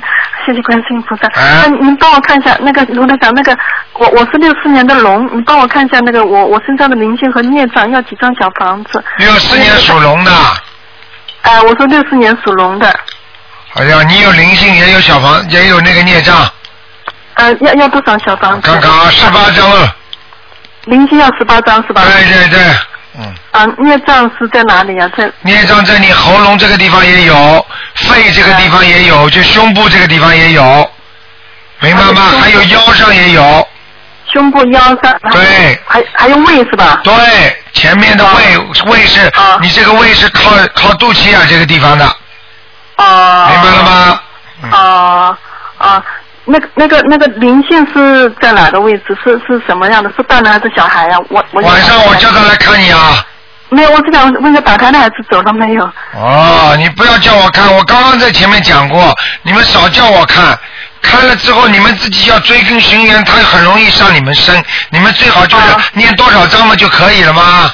[SPEAKER 8] 谢谢观世音菩萨。
[SPEAKER 1] 哎
[SPEAKER 8] 那您帮我看一下那个卢台长，那个我我是六四年的龙，你帮我看一下那个我我身上的灵性和孽障要几张小房子？
[SPEAKER 1] 六四年属龙的，
[SPEAKER 8] 哎、我说六四年属龙的，
[SPEAKER 1] 好像你有灵性，也有小房，也有那个孽障。
[SPEAKER 8] 呃，要要多少小
[SPEAKER 1] 我
[SPEAKER 8] 房子？
[SPEAKER 1] 看看啊，十八张了。
[SPEAKER 8] 灵性要十八张是吧？
[SPEAKER 1] 对对对，嗯，
[SPEAKER 8] 啊，孽障是在哪里呀、啊在
[SPEAKER 1] 孽障在你喉咙这个地方也有，肺这个地方也有，就胸部这个地方也有，明白吗？还有腰上也有，
[SPEAKER 8] 胸部、腰上，
[SPEAKER 1] 对
[SPEAKER 8] 还还有胃是吧？
[SPEAKER 1] 对，前面的胃胃是
[SPEAKER 8] 啊，
[SPEAKER 1] 你这个胃是靠靠肚脐眼这个地方的，
[SPEAKER 8] 哦、
[SPEAKER 1] 明白了？吗？嗯
[SPEAKER 8] 啊啊，那个那个那个灵性是在哪个位置？是是什么样的？是大人还是小孩呀、我我
[SPEAKER 1] 晚上我叫他来看你啊。
[SPEAKER 8] 没有，我只想问一下打胎的孩子走了没有？
[SPEAKER 1] 哦，你不要叫我看，我刚刚在前面讲过，你们少叫我看。看了之后，你们自己要追根寻源，他很容易上你们身。你们最好就是
[SPEAKER 8] 啊
[SPEAKER 1] 念多少章嘛就可以了吗？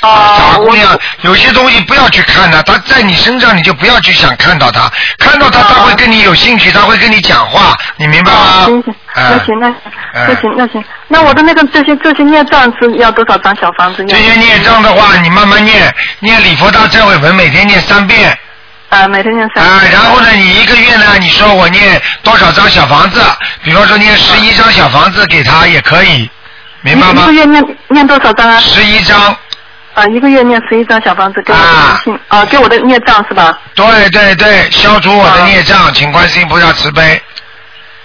[SPEAKER 1] 傻姑娘，有些东西不要去看它，它在你身上你就不要去想看到它，看到它它会跟你有兴趣，它会跟你讲话，你明白吗？
[SPEAKER 8] 行行，那
[SPEAKER 1] 嗯
[SPEAKER 8] 行那行
[SPEAKER 1] 哎
[SPEAKER 8] 那行那行，那我的那个这些这些孽障是要多少张小房子？
[SPEAKER 1] 这些孽障的话，你慢慢念，念礼佛大忏悔文，每天念三遍。
[SPEAKER 8] 啊，每天念
[SPEAKER 1] 三。啊，然后呢，你一个月呢，你说我念多少张小房子？比方说念十一张小房子给他也可以，明白
[SPEAKER 8] 一一
[SPEAKER 1] 吗
[SPEAKER 8] 个？月念念多少张啊？
[SPEAKER 1] 十一张。
[SPEAKER 8] 啊，一个月念十一张小房子给我的灵性啊，给我的孽障是吧？
[SPEAKER 1] 对对对，消除我的孽障，请观世音菩萨慈悲。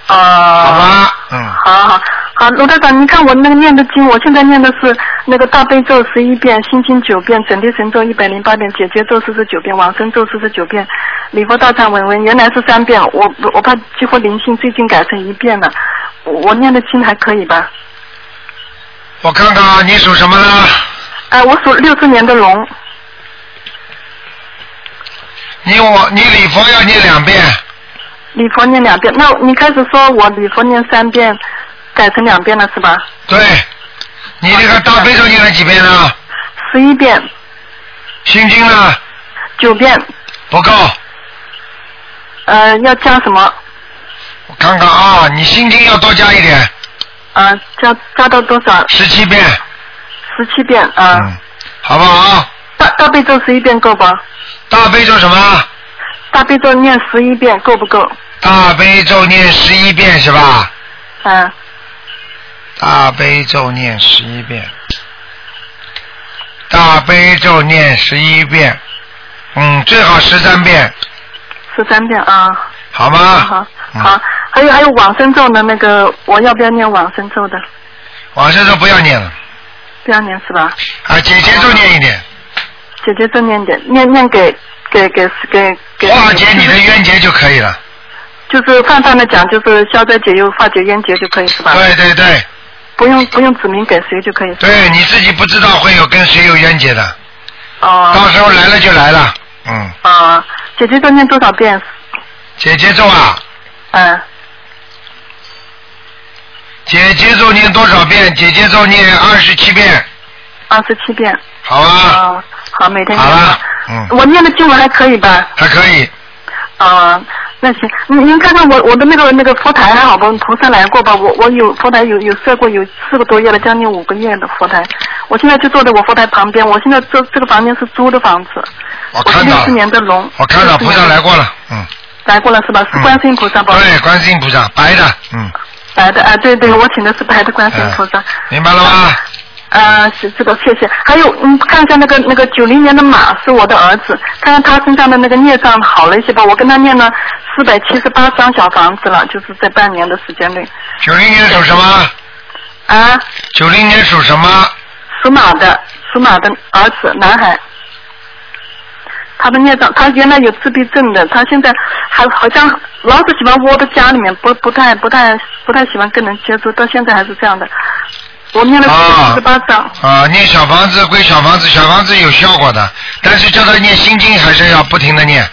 [SPEAKER 8] 啊。好
[SPEAKER 1] 吧，嗯。
[SPEAKER 8] 好好好，罗队长，你看我那个念的经，我现在念的是那个大悲咒十一遍，心经九遍，准提神咒一百零八遍，解结咒四十九遍，往生咒四十九遍，礼佛大忏悔文原来是三遍，我我怕激活灵性，最近改成一遍了。我我念的经还可以吧？
[SPEAKER 1] 我看看啊，你属什么呢？
[SPEAKER 8] 哎、我属六四年的龙，
[SPEAKER 1] 你我你礼佛要念两遍，
[SPEAKER 8] 礼佛念两遍。那你开始说我礼佛念三遍，改成两遍了是吧？
[SPEAKER 1] 对。你这个大悲咒念了几遍呢？
[SPEAKER 8] 十一遍。
[SPEAKER 1] 心经呢？
[SPEAKER 8] 九遍。
[SPEAKER 1] 不够。
[SPEAKER 8] 呃，要加什么？
[SPEAKER 1] 我看看啊，你心经要多加一点，
[SPEAKER 8] 呃，加加到多少？
[SPEAKER 1] 十七遍，嗯
[SPEAKER 8] 十七遍啊。
[SPEAKER 1] 好不好？
[SPEAKER 8] 大大悲咒十一遍够吧？
[SPEAKER 1] 大悲咒什么？
[SPEAKER 8] 大悲咒念十一遍够不够？
[SPEAKER 1] 大悲咒念十一遍是吧？
[SPEAKER 8] 嗯，
[SPEAKER 1] 大悲咒念十一遍，大悲咒念十一遍，嗯，最好十三遍，
[SPEAKER 8] 十三遍啊。
[SPEAKER 1] 好吗？嗯
[SPEAKER 8] 好好，还有还有往生咒呢，那个我要不要念往生咒的？
[SPEAKER 1] 往生咒不要念了，
[SPEAKER 8] 不要念是吧？
[SPEAKER 1] 啊，姐姐咒念一点，
[SPEAKER 8] 姐姐正念点，念念给给给给给。
[SPEAKER 1] 化解你的冤结就可以了。
[SPEAKER 8] 就是泛泛的讲，就是消灾解忧、化解冤结就可以是吧？
[SPEAKER 1] 对对对，
[SPEAKER 8] 不用不用指明给谁就可以。
[SPEAKER 1] 对，你自己不知道会有跟谁有冤结的，
[SPEAKER 8] 哦。
[SPEAKER 1] 到时候来了就来了。嗯，
[SPEAKER 8] 啊，姐姐咒念多少遍？
[SPEAKER 1] 姐姐咒啊，
[SPEAKER 8] 嗯，
[SPEAKER 1] 姐姐咒念多少遍？姐姐咒念二十七遍，
[SPEAKER 8] 二十七遍。
[SPEAKER 1] 好啊，
[SPEAKER 8] 啊，好，每天念。
[SPEAKER 1] 好了，嗯，
[SPEAKER 8] 我念的经文还可以吧？
[SPEAKER 1] 还可以，
[SPEAKER 8] 啊，那行，您您看看我我的那个那个佛台还好吧？菩萨来过吧？我我有佛台有有设过有四个多月了，将近五个月的佛台。我现在就坐在我佛台旁边，我现在这这个房间是租的房子。
[SPEAKER 1] 我
[SPEAKER 8] 是
[SPEAKER 1] 看
[SPEAKER 8] 六
[SPEAKER 1] 到
[SPEAKER 8] 四
[SPEAKER 1] 了，
[SPEAKER 8] 年的龙。
[SPEAKER 1] 我看到
[SPEAKER 8] 64
[SPEAKER 1] 菩萨
[SPEAKER 8] 年的
[SPEAKER 1] 来过了，嗯，
[SPEAKER 8] 来过了是吧？是观世音菩萨吧？
[SPEAKER 1] 对，观世音菩萨，白的，嗯，
[SPEAKER 8] 白的啊，对对，我请的是白的观世音菩萨。
[SPEAKER 1] 啊明白了吗？
[SPEAKER 8] 啊，是这个，谢谢。还有，嗯，看一下那个那个九零年的马是我的儿子，看看他身上的那个孽障好了一些吧。我跟他念了四百七十八张小房子了，就是在半年的时间内。
[SPEAKER 1] 九零年属什么？
[SPEAKER 8] 啊，
[SPEAKER 1] 九零年属什么？
[SPEAKER 8] 属马的，属马的儿子，男孩。他的孽障，他原来有自闭症的，他现在还好像老是喜欢窝在家里面，不不太不太不太喜欢跟人接触，到现在还是这样的。我念了四十八张，
[SPEAKER 1] 啊，念小房子归小房子，小房子有效果的，但是叫他念心经还是要不停的念，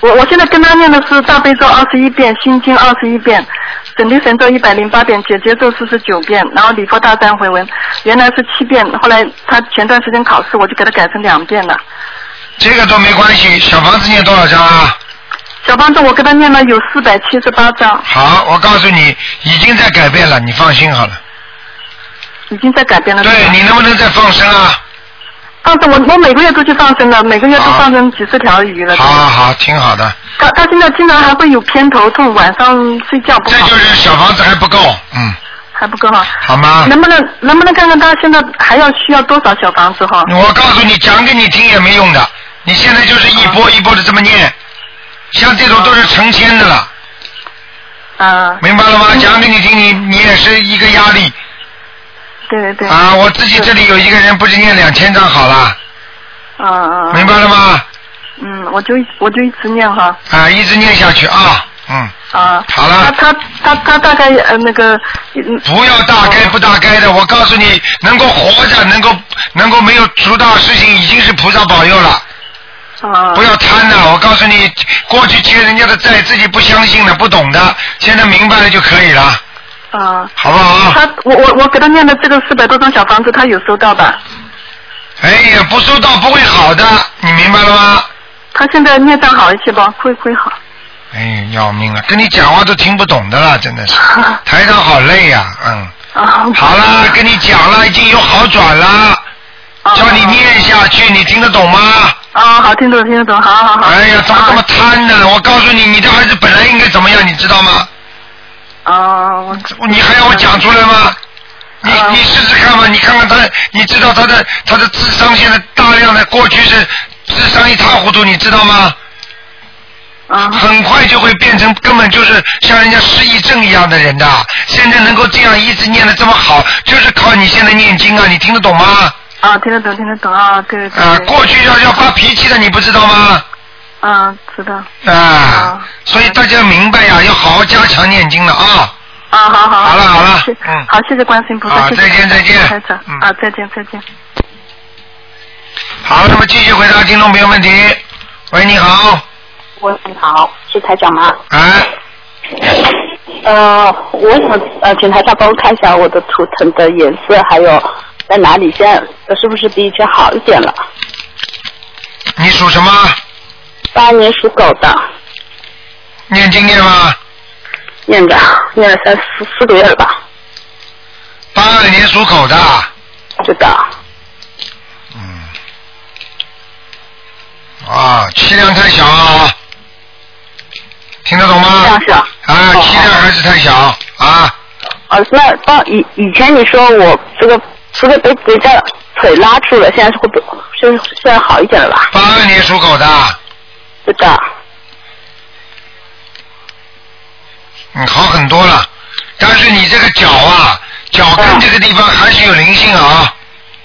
[SPEAKER 8] 我我现在跟他念的是大悲咒二十一遍，心经二十一遍，准提神咒一百零八遍，解结咒四十九遍，然后礼佛大忏悔文原来是七遍，后来他前段时间考试，我就给他改成两遍了。
[SPEAKER 1] 这个都没关系。小房子念多少张啊？
[SPEAKER 8] 小帮子我给他念了有四百七十八章，
[SPEAKER 1] 好，我告诉你，已经在改变了，你放心好了。
[SPEAKER 8] 已经在改变了。
[SPEAKER 1] 对你能不能再放生啊？
[SPEAKER 8] 放生我我每个月都去放生了，每个月都放生几十条鱼了。
[SPEAKER 1] 好好好，挺好的，
[SPEAKER 8] 他他现在经常还会有偏头痛，晚上睡觉不好，
[SPEAKER 1] 这小房子还不够，嗯，
[SPEAKER 8] 还不够哈。
[SPEAKER 1] 好吗？
[SPEAKER 8] 能不能能不能看看他现在还要需要多少小房子哈？
[SPEAKER 1] 我告诉你，讲给你听也没用的，你现在就是一波一波的这么念，像这种都是成千的了，
[SPEAKER 8] 啊。
[SPEAKER 1] 明白了吗？讲给你听，你你也是一个压力
[SPEAKER 8] 对对对。
[SPEAKER 1] 啊！我自己这里有一个人不是念两千张好了，
[SPEAKER 8] 啊啊。
[SPEAKER 1] 明白了吗？
[SPEAKER 8] 嗯，我就一我就一直念哈
[SPEAKER 1] 啊，一直念下去啊，嗯，
[SPEAKER 8] 啊。
[SPEAKER 1] 好了
[SPEAKER 8] 他他他他大概呃那个嗯
[SPEAKER 1] 不要大概不大概的，我告诉你，能够活着，能够能够没有出大事情，已经是菩萨保佑了。
[SPEAKER 8] 啊。
[SPEAKER 1] 不要贪呐！我告诉你，过去欠人家的债，自己不相信的、不懂的，现在明白了就可以了，
[SPEAKER 8] 啊。
[SPEAKER 1] 好不好？啊
[SPEAKER 8] 他我我我给他念的这个四百多张小房子，他有收到吧？
[SPEAKER 1] 哎呀，不收到不会好的，你明白了吗？
[SPEAKER 8] 他现在孽障好一些吧？会会好。
[SPEAKER 1] 哎，要命了，跟你讲话都听不懂的了，真 的是。台长好累呀、嗯。
[SPEAKER 8] 啊，
[SPEAKER 1] 好啦，跟你讲了，已经有好转了，叫你念下去，你听得懂吗？
[SPEAKER 8] 啊，哦好，听懂听得懂，好好好。
[SPEAKER 1] 哎呀，怎么这么贪呢？我告诉你，你的儿子本来应该怎么样，你知道吗？
[SPEAKER 8] 啊，我
[SPEAKER 1] 你还要我讲出来吗？你
[SPEAKER 8] 哦
[SPEAKER 1] 你试试看吧，你看看他，你知道他的他的智商现在大量的，过去是智商一塌糊涂，你知道吗？
[SPEAKER 8] 啊
[SPEAKER 1] 很快就会变成根本就是像人家失忆症一样的人的。现在能够这样一直念的这么好，就是靠你现在念经啊，你听得懂吗？
[SPEAKER 8] 啊，听得懂听得懂啊，对对对。
[SPEAKER 1] 啊，过去要要发脾气的，你不知道吗？
[SPEAKER 8] 啊，知道。
[SPEAKER 1] 啊，所以大家明白呀、要好好加强念经了啊。
[SPEAKER 8] 啊，好好
[SPEAKER 1] 好了好了
[SPEAKER 8] 谢谢
[SPEAKER 1] 嗯
[SPEAKER 8] 好，谢谢观世音菩萨，
[SPEAKER 1] 好
[SPEAKER 8] 谢谢
[SPEAKER 1] 再见再见
[SPEAKER 8] 台长
[SPEAKER 1] 嗯
[SPEAKER 8] 啊，再见再见。
[SPEAKER 1] 好，那么继续回答听众朋友问题。喂，你好，
[SPEAKER 5] 喂，你好，是台长吗？
[SPEAKER 1] 哎，
[SPEAKER 5] 呃，我想呃，请台长帮我看一下我的图腾的颜色，还有在哪里，现在是不是比以前好一点了？
[SPEAKER 1] 你属什么？
[SPEAKER 5] 八年属狗的，
[SPEAKER 1] 念经念吗？
[SPEAKER 5] 念着念了三四四个月了吧？
[SPEAKER 1] 八二年属狗的，
[SPEAKER 5] 是的，
[SPEAKER 1] 嗯，啊，气量太小啊，听得懂
[SPEAKER 5] 这
[SPEAKER 1] 吗
[SPEAKER 5] 样？是吧？
[SPEAKER 1] 啊，气量还是太小啊，
[SPEAKER 5] 呃，哦那到以以前你说我这个这个被被这腿拉住了，现在是会不现在现在好一点了吧？
[SPEAKER 1] 八二年属狗的，
[SPEAKER 5] 是的，
[SPEAKER 1] 嗯，好很多了，但是你这个脚啊，脚跟这个地方还是有灵性啊，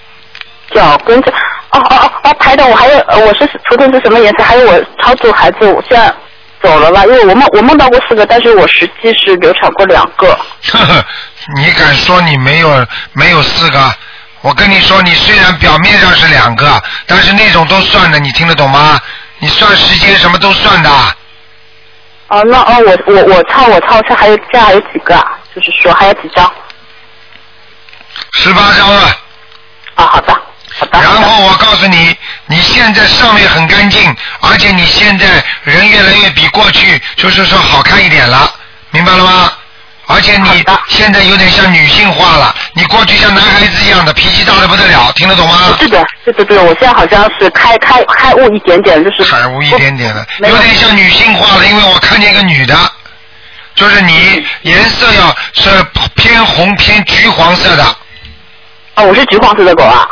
[SPEAKER 5] 脚跟着。哦哦哦哦，台长，我还有呃我是图腾是什么颜色？还有我超度孩子，我现在走了吧？因为我梦我梦到过四个，但是我实际是流产过两个。
[SPEAKER 1] 呵呵，你敢说你没有没有四个？我跟你说，你虽然表面上是两个，但是那种都算的，你听得懂吗？你算时间什么都算的。
[SPEAKER 5] 哦，那哦我我我操我操，这还有这还有几个啊？就是说还有几张？
[SPEAKER 1] 十八张了。
[SPEAKER 5] 啊，好的，好的。
[SPEAKER 1] 然后我告诉你，你现在上面很干净，而且你现在人越来越比过去就是说好看一点了，明白了吗？而且你现在有点像女性化了，你过去像男孩子一样的，脾气大的不得了，听得懂吗？
[SPEAKER 5] 对的，对的，对的，我现在好像是开开开悟一点点，就是
[SPEAKER 1] 海无一点点的，有点像女性化了，因为我看见一个女的，就是
[SPEAKER 5] 嗯
[SPEAKER 1] 你颜色要是偏红偏橘黄色的，啊、
[SPEAKER 5] 啊，我是橘黄色的狗啊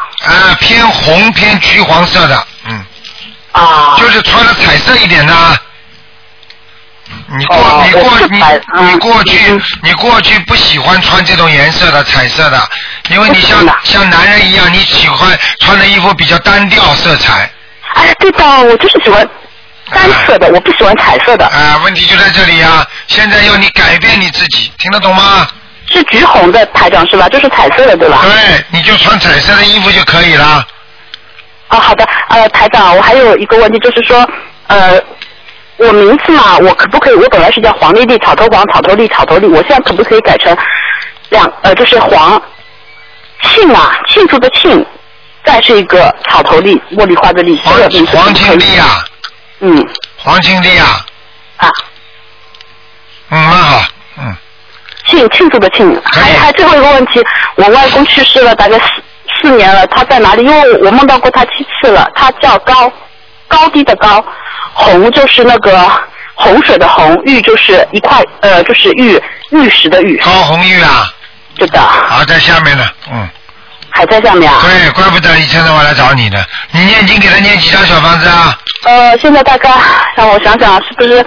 [SPEAKER 1] 偏红偏橘黄色的，嗯。
[SPEAKER 5] 啊，
[SPEAKER 1] 就是穿的彩色一点的。啊你过、
[SPEAKER 5] 哦
[SPEAKER 1] 你
[SPEAKER 5] 我
[SPEAKER 1] 过
[SPEAKER 5] 是
[SPEAKER 1] 你
[SPEAKER 5] 白嗯
[SPEAKER 1] 你过去你过去不喜欢穿这种颜色的彩色的，因为你
[SPEAKER 5] 不
[SPEAKER 1] 像
[SPEAKER 5] 喜欢的
[SPEAKER 1] 像男人一样，你喜欢穿的衣服比较单调色彩。
[SPEAKER 5] 哎，对的，我就是喜欢
[SPEAKER 1] 哎
[SPEAKER 5] 单色的，我不喜欢彩色的，
[SPEAKER 1] 啊、问题就在这里啊！现在要你改变你自己，听得懂吗？
[SPEAKER 5] 是橘红的台长是吧？就是彩色的对吧？
[SPEAKER 1] 对，你就穿彩色的衣服就可以了。
[SPEAKER 5] 啊，好的，呃，台长，我还有一个问题，就是说，呃，我名字嘛，我可不可以？我本来是叫黄丽丽，草头黄，草头丽，草头丽，我现在可不可以改成两呃，就是黄庆啊，庆祝的庆，再是一个草头丽，茉莉花的丽，这
[SPEAKER 1] 黄
[SPEAKER 5] 个名字可
[SPEAKER 1] 黄
[SPEAKER 5] 不可
[SPEAKER 1] 庆
[SPEAKER 5] 以
[SPEAKER 1] 丽啊，
[SPEAKER 5] 嗯
[SPEAKER 1] 黄庆丽啊，
[SPEAKER 5] 啊，
[SPEAKER 1] 嗯，蛮好，嗯，
[SPEAKER 5] 庆庆祝的庆，
[SPEAKER 1] 可以
[SPEAKER 5] 还还最后一个问题，我外公去世了，大概四四年了，他在哪里？因为我梦到过他七次了，他叫高，高低的高，洪就是那个洪水的洪，玉就是一块呃就是玉玉石的玉，
[SPEAKER 1] 高红玉啊，
[SPEAKER 5] 是的，
[SPEAKER 1] 好，在下面呢，嗯。
[SPEAKER 5] 还在下面啊。
[SPEAKER 1] 对，怪不得以前让我来找你呢。你念经给他念几张小房子啊？
[SPEAKER 5] 呃，现在大概让我想想，是不是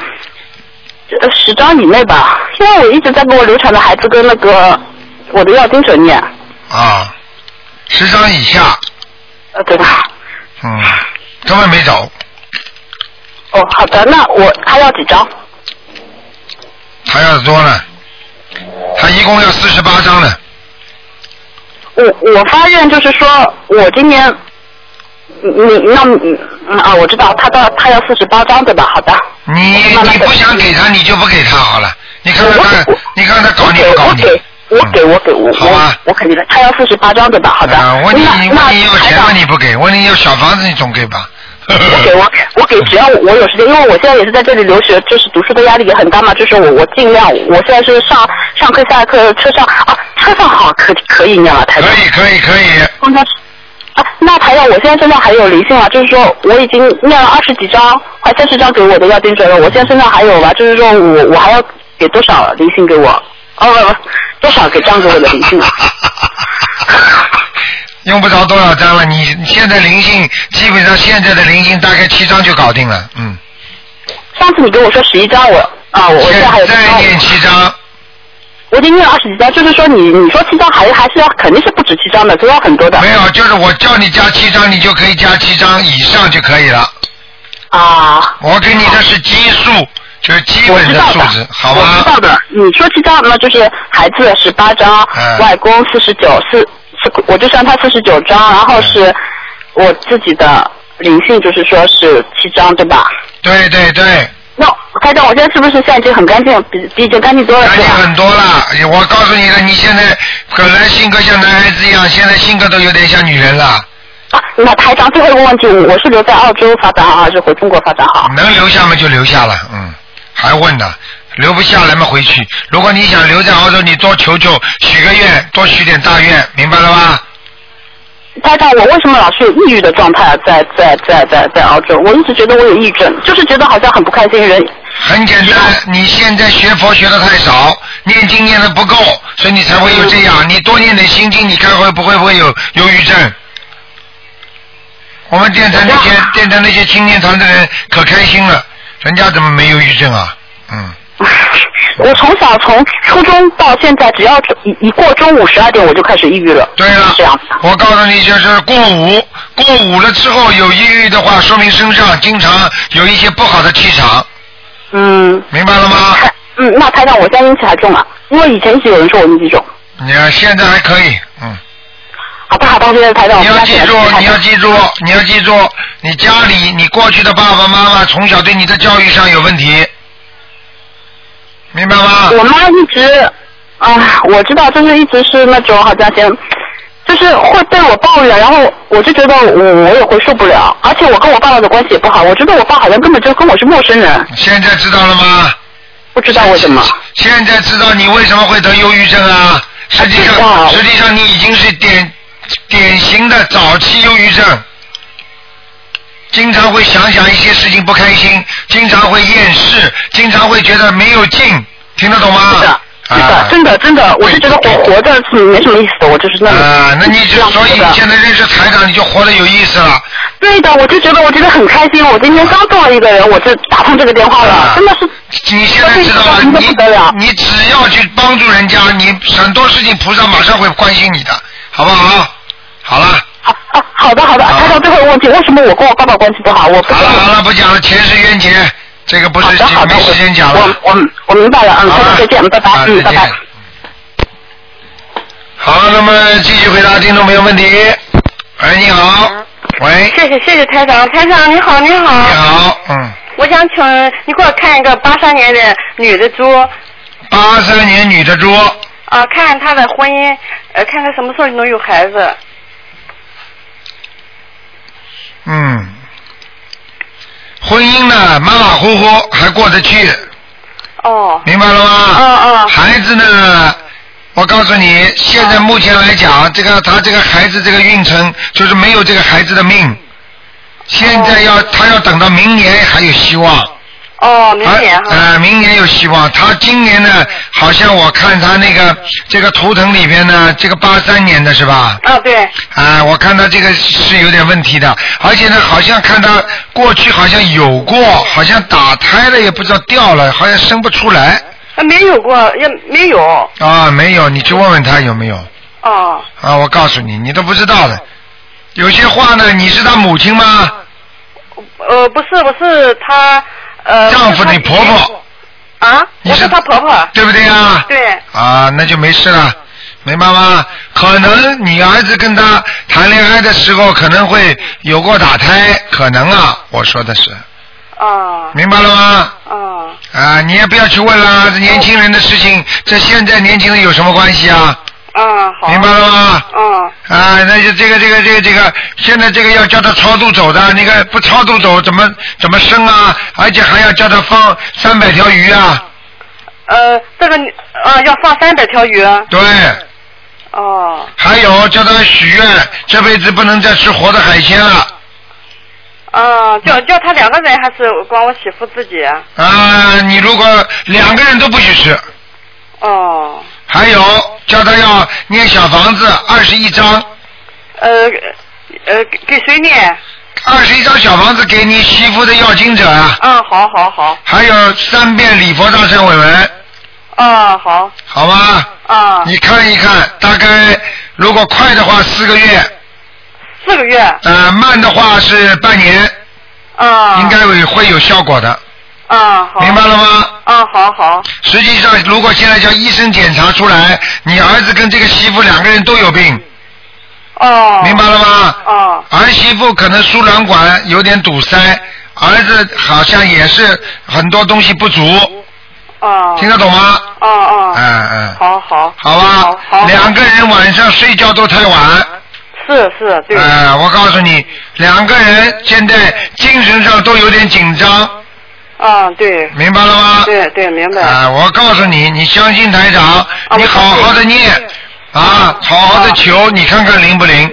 [SPEAKER 5] 呃十张以内吧？因为我一直在给我流产的孩子跟那个我的药精者念，
[SPEAKER 1] 啊，十张以下，
[SPEAKER 5] 呃对吧？
[SPEAKER 1] 嗯，根本没走。
[SPEAKER 5] 哦，好的，那我还要几张？
[SPEAKER 1] 还要多呢。他啊一共要四十八张呢。
[SPEAKER 5] 我我发现就是说，我今年，你你那嗯嗯啊，我知道他到他要四十八张对吧？好的，
[SPEAKER 1] 你
[SPEAKER 5] 慢慢
[SPEAKER 1] 你
[SPEAKER 5] 地
[SPEAKER 1] 不想给他，你就不给他好了。你看看
[SPEAKER 5] 我
[SPEAKER 1] 他
[SPEAKER 5] 我，
[SPEAKER 1] 你看看他搞
[SPEAKER 5] 我
[SPEAKER 1] 你
[SPEAKER 5] 给
[SPEAKER 1] 不搞
[SPEAKER 5] 我
[SPEAKER 1] 你？嗯
[SPEAKER 5] 给我给我给我
[SPEAKER 1] 好吧
[SPEAKER 5] 我我肯定的，他要四十八张对吧？好的，
[SPEAKER 1] 啊，问你
[SPEAKER 5] 那那
[SPEAKER 1] 问你要
[SPEAKER 5] 台
[SPEAKER 1] 钱
[SPEAKER 5] 长
[SPEAKER 1] 问你不给，问你要小房子你总给吧？
[SPEAKER 5] 我给我 我给，只要我有时间，因为我现在也是在这里留学，就是读书的压力也很大嘛，就是我我尽量，我现在是上上课下课车上啊，车上好可可以念了，台
[SPEAKER 1] 可
[SPEAKER 5] 长。
[SPEAKER 1] 以可以可以，
[SPEAKER 5] 公交车啊，那台长，我现在身上还有灵性啊，就是说我已经念了二十几张，快三十张给我的要精准了，我现在身上还有吧，就是说我我还要给多少灵性给我？哦不不，多少给张给我的灵性啊？
[SPEAKER 1] 用不着多少张了，你你现在灵性基本上现在的灵性大概七张就搞定了，嗯，
[SPEAKER 5] 上次你跟我说十一张，我啊，我我现在还有
[SPEAKER 1] 现
[SPEAKER 5] 多
[SPEAKER 1] 在
[SPEAKER 5] 少？
[SPEAKER 1] 念七张，
[SPEAKER 5] 我已经念了二十几张，就是说你你说七张还还是要肯定是不止七张的，都要很多的
[SPEAKER 1] 没有，就是我叫你加七张，你就可以加七张以上就可以了。
[SPEAKER 5] 啊。
[SPEAKER 1] 我给你的是基数，就是基
[SPEAKER 5] 我
[SPEAKER 1] 本
[SPEAKER 5] 知
[SPEAKER 1] 的
[SPEAKER 5] 道
[SPEAKER 1] 数
[SPEAKER 5] 的，
[SPEAKER 1] 字，好
[SPEAKER 5] 我知
[SPEAKER 1] 吗？
[SPEAKER 5] 道的。你说七张，那就是孩子十八张，
[SPEAKER 1] 嗯
[SPEAKER 5] 外公四十九，四四，我就算他四十九张，然后是
[SPEAKER 1] 嗯
[SPEAKER 5] 我自己的灵性，就是说是七张，对吧？
[SPEAKER 1] 对对对，
[SPEAKER 5] 那开长，我现在是不是现在已经很干净，比比以前干净多了，
[SPEAKER 1] 干
[SPEAKER 5] 是
[SPEAKER 1] 净
[SPEAKER 5] 吧？
[SPEAKER 1] 很多了。我告诉你了，你现在本来性格像男孩子一样，现在性格都有点像女人了，
[SPEAKER 5] 啊，那台长最后一个问题，我是留在澳洲发展好，还是回中国发展啊好？
[SPEAKER 1] 能留下嘛就留下了，嗯，还问呢。留不下来嘛，回去。如果你想留在澳洲，你多求求，许个愿，多许点大愿，明白了吧？
[SPEAKER 5] 台长，我为什么老是有抑郁的状态啊？在在在在在澳洲，我一直觉得我有抑郁症，就是觉得好像很不开心，人
[SPEAKER 1] 很简单，你现在学佛学的太少，念经念的不够，所以你才会有这样。你多念点心经，你看会不会不会有忧郁症？我们电台那些电台那些青年团的人可开心了，人家怎么没忧郁症啊？嗯，
[SPEAKER 5] 我从小从初中到现在，只要一一过中午十二点，我就开始抑郁了。
[SPEAKER 1] 对
[SPEAKER 5] 是
[SPEAKER 1] 了
[SPEAKER 5] 这样子的，
[SPEAKER 1] 我告诉你，就是过午，过午了之后有抑郁的话，说明身上经常有一些不好的气场，
[SPEAKER 5] 嗯，
[SPEAKER 1] 明白了吗？嗯
[SPEAKER 5] 台嗯，那台长，我现在阴气还重啊，因为以前一直有人说我阴气重。
[SPEAKER 1] 你啊现在还可以，嗯。
[SPEAKER 5] 好吧，好吧，现在台长，我
[SPEAKER 1] 你要记住，你要
[SPEAKER 5] 记
[SPEAKER 1] 记住，你要记住，你家里你过去的爸爸妈妈从小对你的教育上有问题，明白吗？
[SPEAKER 5] 我妈一直啊、我知道，就是一直是那种好像先。就是会对我抱怨，然后我就觉得我我也会受不了，而且我跟我爸爸的关系也不好，我觉得我爸好像根本就跟我是陌生人，
[SPEAKER 1] 现在知道了吗？
[SPEAKER 5] 不知道为什么。
[SPEAKER 1] 现在知道你为什么会得忧郁症啊？实际
[SPEAKER 5] 知
[SPEAKER 1] 上，
[SPEAKER 5] 道
[SPEAKER 1] 实际上你已经是典典型的早期忧郁症，经常会想想一些事情不开心，经常会厌世，经常会觉得没有劲，听得懂吗？
[SPEAKER 5] 是的，是
[SPEAKER 1] 啊
[SPEAKER 5] 的，真的真的，我就觉得
[SPEAKER 1] 对
[SPEAKER 5] 我活着是没什么意思的，我就是那么
[SPEAKER 1] 啊、那你
[SPEAKER 5] 这
[SPEAKER 1] 就
[SPEAKER 5] 样
[SPEAKER 1] 所以
[SPEAKER 5] 觉得
[SPEAKER 1] 你现在认识台长，你就活得有意思了。
[SPEAKER 5] 对的，我就觉得我觉得很开心，我今天刚做了一个人，我就打通这个电话
[SPEAKER 1] 啊
[SPEAKER 5] 了，真的是
[SPEAKER 1] 你现在知道了，
[SPEAKER 5] 那这一下子就不得了
[SPEAKER 1] 你你只要去帮助人家，你很多事情菩萨马上会关心你的，好不好？好了，
[SPEAKER 5] 啊啊，好的好的，
[SPEAKER 1] 啊
[SPEAKER 5] 台长最后一个问题，为什么我跟我爸爸关系不好？我不
[SPEAKER 1] 好
[SPEAKER 5] 知
[SPEAKER 1] 了
[SPEAKER 5] 道。
[SPEAKER 1] 好了，不讲了，前世冤结，这个不
[SPEAKER 5] 好
[SPEAKER 1] 是
[SPEAKER 5] 的好的，
[SPEAKER 1] 没时间讲了
[SPEAKER 5] 我。我我我明白了，嗯，
[SPEAKER 1] 好
[SPEAKER 5] 台
[SPEAKER 1] 了
[SPEAKER 5] 长再见，拜拜
[SPEAKER 1] 啊，
[SPEAKER 5] 嗯，
[SPEAKER 1] 再
[SPEAKER 5] 拜拜
[SPEAKER 1] 见。。好，那么继续回答听众朋友问题。喂，你好，喂，
[SPEAKER 9] 谢谢谢谢台长，台长你好你
[SPEAKER 1] 你
[SPEAKER 9] 好，
[SPEAKER 1] 好，嗯，
[SPEAKER 9] 我想请你给我看一个八三年的女的猪，
[SPEAKER 1] 八三年女的猪，
[SPEAKER 9] 啊、看她的婚姻，呃，看她什么时候能有孩子。
[SPEAKER 1] 嗯，婚姻呢马马虎虎还过得去，
[SPEAKER 9] 哦，
[SPEAKER 1] 明白了吗？
[SPEAKER 9] 哦哦，
[SPEAKER 1] 孩子呢，我告诉你，现在目前来讲，这个他这个孩子这个运程就是没有这个孩子的命，现在要他要等到明年还有希望。
[SPEAKER 9] 哦，明年
[SPEAKER 1] 而
[SPEAKER 9] 哈，嗯
[SPEAKER 1] 呃，明年有希望。他今年呢，好像我看他那个这个图腾里边呢，这个八三年的是吧？
[SPEAKER 9] 啊对，
[SPEAKER 1] 啊，我看他这个是有点问题的，而且呢，好像看他过去好像有过，好像打胎了，也不知道掉了，好像生不出来
[SPEAKER 9] 那啊没有过，也没有，
[SPEAKER 1] 啊，没有，你去问问他有没有
[SPEAKER 9] 哦，
[SPEAKER 1] 啊？我告诉你，你都不知道的。有些话呢，你是他母亲吗？
[SPEAKER 9] 呃，不是，我是她，呃，
[SPEAKER 1] 丈夫
[SPEAKER 9] 我
[SPEAKER 1] 你
[SPEAKER 9] 是她
[SPEAKER 1] 婆婆，
[SPEAKER 9] 啊，
[SPEAKER 1] 你
[SPEAKER 9] 我
[SPEAKER 1] 是
[SPEAKER 9] 是她婆婆，嗯
[SPEAKER 1] 对不对啊？
[SPEAKER 9] 对，
[SPEAKER 1] 啊，那就没事了，明白吗？可能你儿子跟他谈恋爱的时候，可能会有过打胎，可能啊，我说的是，
[SPEAKER 9] 啊
[SPEAKER 1] 明白了吗？
[SPEAKER 9] 啊，
[SPEAKER 1] 啊，你也不要去问啦，这年轻人的事情，这现在年轻人有什么关系啊？
[SPEAKER 9] 嗯，好。
[SPEAKER 1] 明白了吗？
[SPEAKER 9] 嗯。
[SPEAKER 1] 啊，那就这个这个这个这个，现在这个要叫他超度走的，那个不超度走怎么怎么生啊？而且还要叫他放三百条鱼啊！
[SPEAKER 9] 呃，这个你呃要放三百条鱼。啊
[SPEAKER 1] 对，
[SPEAKER 9] 哦，
[SPEAKER 1] 还有叫他许愿，这辈子不能再吃活的海鲜了。
[SPEAKER 9] 嗯，叫叫他两个人还是光我媳妇自己？
[SPEAKER 1] 啊，你如果两个人都不许吃，
[SPEAKER 9] 哦，
[SPEAKER 1] 还有叫他要念小房子二十一章，
[SPEAKER 9] 呃呃，给给谁念？
[SPEAKER 1] 二十一张小房子给你媳妇的要经者啊，
[SPEAKER 9] 嗯，好好好，
[SPEAKER 1] 还有三遍礼佛大忏悔文，
[SPEAKER 9] 嗯好，
[SPEAKER 1] 好吗？
[SPEAKER 9] 啊、
[SPEAKER 1] 你看一看，大概如果快的话四个月，
[SPEAKER 9] 四个月，
[SPEAKER 1] 呃，慢的话是半年，
[SPEAKER 9] 嗯，
[SPEAKER 1] 应该会会有效果的，
[SPEAKER 9] 嗯好，
[SPEAKER 1] 明白了吗？
[SPEAKER 9] 嗯好好，
[SPEAKER 1] 实际上，如果现在叫医生检查出来，你儿子跟这个媳妇两个人都有病，
[SPEAKER 9] 哦，
[SPEAKER 1] 明白了吗？
[SPEAKER 9] 哦，
[SPEAKER 1] 儿媳妇可能输卵管有点堵塞，儿子好像也是很多东西不足，
[SPEAKER 9] 哦，
[SPEAKER 1] 听得懂吗？
[SPEAKER 9] 哦哦，
[SPEAKER 1] 嗯嗯，
[SPEAKER 9] 好好，
[SPEAKER 1] 好
[SPEAKER 9] 好
[SPEAKER 1] 吧，
[SPEAKER 9] 好
[SPEAKER 1] 两个人晚上睡觉都太晚。
[SPEAKER 9] 是是，对，
[SPEAKER 1] 哎、我告诉你，两个人现在精神上都有点紧张，
[SPEAKER 9] 嗯对，
[SPEAKER 1] 明白了吗？
[SPEAKER 9] 对对，明白，啊
[SPEAKER 1] 啊，我告诉你，你相信台长，你好好的念，啊，好好的求，你看看灵不灵？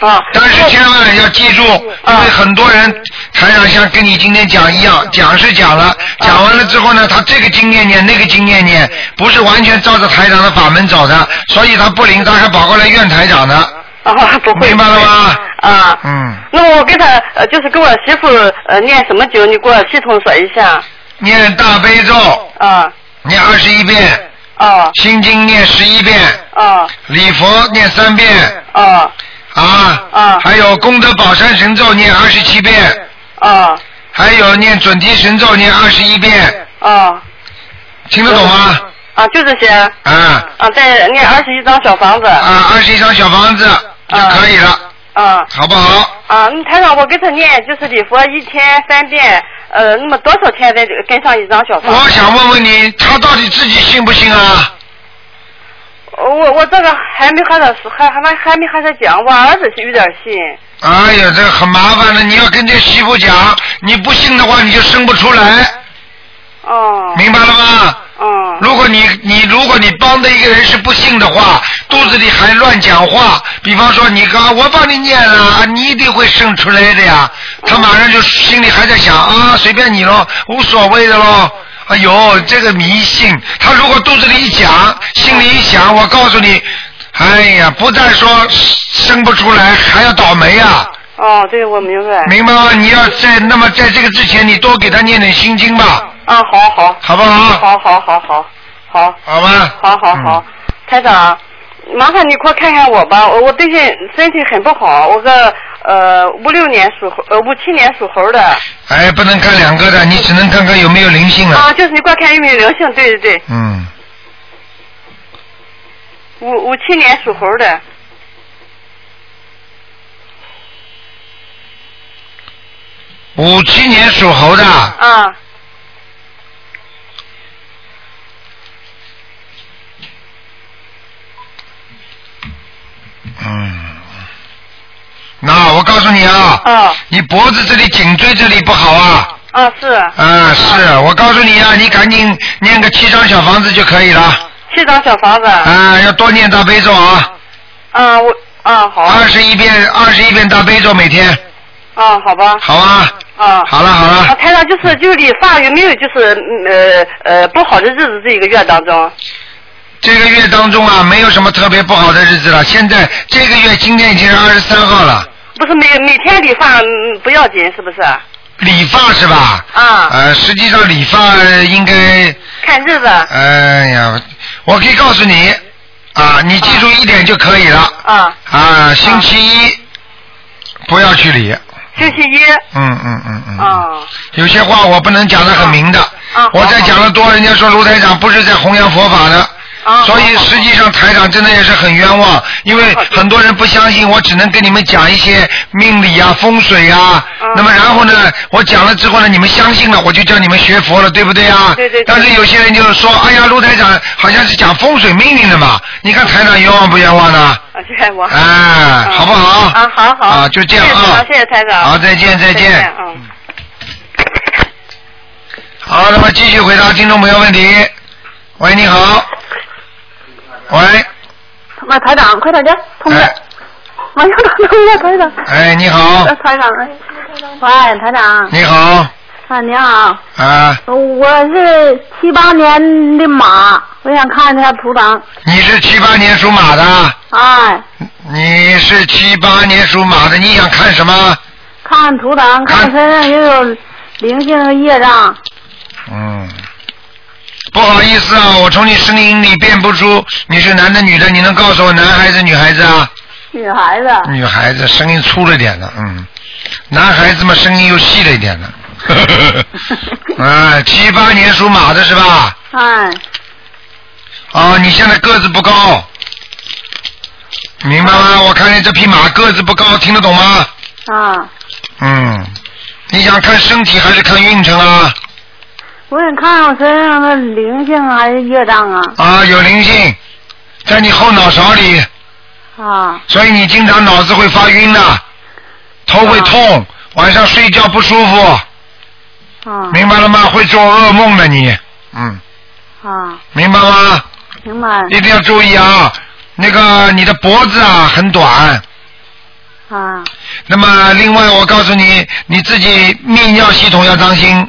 [SPEAKER 9] 啊，
[SPEAKER 1] 但是千万要记住，因为很多人台长像跟你今天讲一
[SPEAKER 9] 啊
[SPEAKER 1] 样，讲是讲了，讲完了之后呢，他这个经念念，那个经念念，不是完全照着台长的法门走的，所以他不灵，他还跑过来怨台长呢，
[SPEAKER 9] 啊不会，
[SPEAKER 1] 明白了吗？
[SPEAKER 9] 啊，
[SPEAKER 1] 嗯，
[SPEAKER 9] 那我给他呃，就是给我媳妇呃念什么经，你给我系统说一下。
[SPEAKER 1] 念大悲咒，
[SPEAKER 9] 啊
[SPEAKER 1] 念二十一遍，
[SPEAKER 9] 啊
[SPEAKER 1] 心经念十一遍，
[SPEAKER 9] 啊
[SPEAKER 1] 礼佛念三遍，
[SPEAKER 9] 啊
[SPEAKER 1] 啊，
[SPEAKER 9] 啊
[SPEAKER 1] 还有功德宝山神咒念二十七遍，
[SPEAKER 9] 啊
[SPEAKER 1] 还有念准提神咒念二十一遍，
[SPEAKER 9] 啊
[SPEAKER 1] 听得懂吗？
[SPEAKER 9] 啊，就这些。
[SPEAKER 1] 啊
[SPEAKER 9] 啊，再念二十一张小房子。
[SPEAKER 1] 啊，二十一张小房子就可以了，
[SPEAKER 9] 啊
[SPEAKER 1] 好不好？
[SPEAKER 9] 啊，那台长，我给他念就是礼佛一天三遍，呃，那么多少天再跟上一张小房
[SPEAKER 1] 我
[SPEAKER 9] 子？
[SPEAKER 1] 想问问你，他到底自己信不信啊？
[SPEAKER 9] 我我我这个还没和他说，还还没还没和他讲，我儿子是有点信。
[SPEAKER 1] 哎呀，这很麻烦的，你要跟这媳妇讲，你不信的话你就生不出来，
[SPEAKER 9] 哦。
[SPEAKER 1] 明白了吗？
[SPEAKER 9] 嗯。
[SPEAKER 1] 如果你你如果你帮的一个人是不信的话，肚子里还乱讲话，比方说你刚我帮你念了，啊你一定会生出来的呀。他马上就心里还在想啊，随便你喽，无所谓的喽。哎呦，这个迷信，他如果肚子里一讲，心里一想，我告诉你，哎呀，不但说生不出来，还要倒霉啊。
[SPEAKER 9] 哦，对，我明白。
[SPEAKER 1] 明白吗？你要在那么在这个之前，你多给他念点心经吧，
[SPEAKER 9] 啊，好好。
[SPEAKER 1] 好不好？
[SPEAKER 9] 好好好好好
[SPEAKER 1] 好嗯吧。
[SPEAKER 9] 好好好，台长，麻烦你快看看我吧，我我最近身体很不好，我个呃五六年属猴，呃五七年属猴的，
[SPEAKER 1] 哎，不能看两个的，你只能看看有没有灵性了。
[SPEAKER 9] 啊，就是你快看有没有灵性，对对对，
[SPEAKER 1] 嗯，
[SPEAKER 9] 五五七年属猴的，
[SPEAKER 1] 五七年属猴的，
[SPEAKER 9] 啊，
[SPEAKER 1] 嗯，那我告诉你啊，
[SPEAKER 9] 啊
[SPEAKER 1] 你脖子这里、颈椎这里不好啊。
[SPEAKER 9] 啊是
[SPEAKER 1] 啊，是我告诉你啊，你赶紧念个七张小房子就可以了。
[SPEAKER 9] 七张小房子，
[SPEAKER 1] 啊，要多念大悲咒啊，
[SPEAKER 9] 啊我啊好，
[SPEAKER 1] 二十一遍，二十一遍大悲咒每天，
[SPEAKER 9] 啊好吧，
[SPEAKER 1] 好啊。
[SPEAKER 9] 啊。
[SPEAKER 1] 好了好
[SPEAKER 9] 啊，
[SPEAKER 1] 了，
[SPEAKER 9] 台长就是就理发有没有就是嗯呃呃不好的日子这一个月当中？
[SPEAKER 1] 这个月当中啊，没有什么特别不好的日子了。现在这个月今天已经是二十三号了，
[SPEAKER 9] 不是每每天理发嗯不要紧是不是？
[SPEAKER 1] 理发是吧？
[SPEAKER 9] 啊，
[SPEAKER 1] 呃，实际上理发呃应该，
[SPEAKER 9] 看日子
[SPEAKER 1] 哎呀，我可以告诉你，啊，你记住一点就可以了，
[SPEAKER 9] 啊，
[SPEAKER 1] 啊，星期一不要去理，
[SPEAKER 9] 星期一
[SPEAKER 1] 嗯嗯嗯嗯，
[SPEAKER 9] 啊
[SPEAKER 1] 有些话我不能讲得很明的
[SPEAKER 9] 啊，
[SPEAKER 1] 我再讲的多，人家说卢台长不是在弘扬佛法的，
[SPEAKER 9] 哦
[SPEAKER 1] 所以实际上台长真的也是很冤枉，因
[SPEAKER 9] 哦
[SPEAKER 1] 为很多人不相信，我只能跟你们讲一些命理啊、风水啊。
[SPEAKER 9] 哦
[SPEAKER 1] 那么然后呢，我讲了之后呢，你们相信了，我就叫你们学佛了，对不对啊？
[SPEAKER 9] 哦对对对
[SPEAKER 1] 但是有些人就是说，哎呀，陆台长好像是讲风水命运的嘛，你看台长冤枉不冤枉呢？
[SPEAKER 9] 啊，谢我。
[SPEAKER 1] 哎，好不好？
[SPEAKER 9] 啊，好好。
[SPEAKER 1] 啊就这样啊
[SPEAKER 9] 谢谢台长，谢谢台长。
[SPEAKER 1] 好再见再
[SPEAKER 9] 再
[SPEAKER 1] 见
[SPEAKER 9] 嗯。
[SPEAKER 1] 好，那么继续回答听众朋友问题。喂，你好。喂，
[SPEAKER 10] 妈，台长，快点的，通了
[SPEAKER 1] 哎。
[SPEAKER 10] 妈呀，通啊了，台长。
[SPEAKER 1] 哎，你好
[SPEAKER 10] 呃，台长，哎，喂，台长，
[SPEAKER 1] 你好，
[SPEAKER 10] 啊，你好，
[SPEAKER 1] 啊，
[SPEAKER 10] 我是七八年的马，我想看一下图腾。
[SPEAKER 1] 你是七八年属马的，
[SPEAKER 10] 哎，
[SPEAKER 1] 你是七八年属马的，你想看什么？
[SPEAKER 10] 看图腾，看身上有有灵性和业障。
[SPEAKER 1] 嗯，不好意思啊，我从你声音里辨不出你是男的女的，你能告诉我男孩子女孩子啊？
[SPEAKER 10] 女孩子，
[SPEAKER 1] 女孩子声音粗了点的，嗯，男孩子嘛声音又细了一点的。啊，七八年属马的是吧？
[SPEAKER 10] 哎，
[SPEAKER 1] 哦，你现在个子不高，明白吗？我看见这匹马个子不高，听得懂吗？
[SPEAKER 10] 啊，
[SPEAKER 1] 嗯，你想看身体还是看运程啊？
[SPEAKER 10] 我想看看我身上的灵性还是业障啊？
[SPEAKER 1] 啊，有灵性，在你后脑勺里，
[SPEAKER 10] 啊，
[SPEAKER 1] 所以你经常脑子会发晕的，头会痛，晚上睡觉不舒服，
[SPEAKER 10] 啊，
[SPEAKER 1] 明白了吗？会做噩梦的你，嗯，
[SPEAKER 10] 啊，
[SPEAKER 1] 明白吗？
[SPEAKER 10] 明白
[SPEAKER 1] 一定要注意啊，那个你的脖子啊很短，
[SPEAKER 10] 啊，
[SPEAKER 1] 那么另外我告诉你，你自己泌尿系统要当心，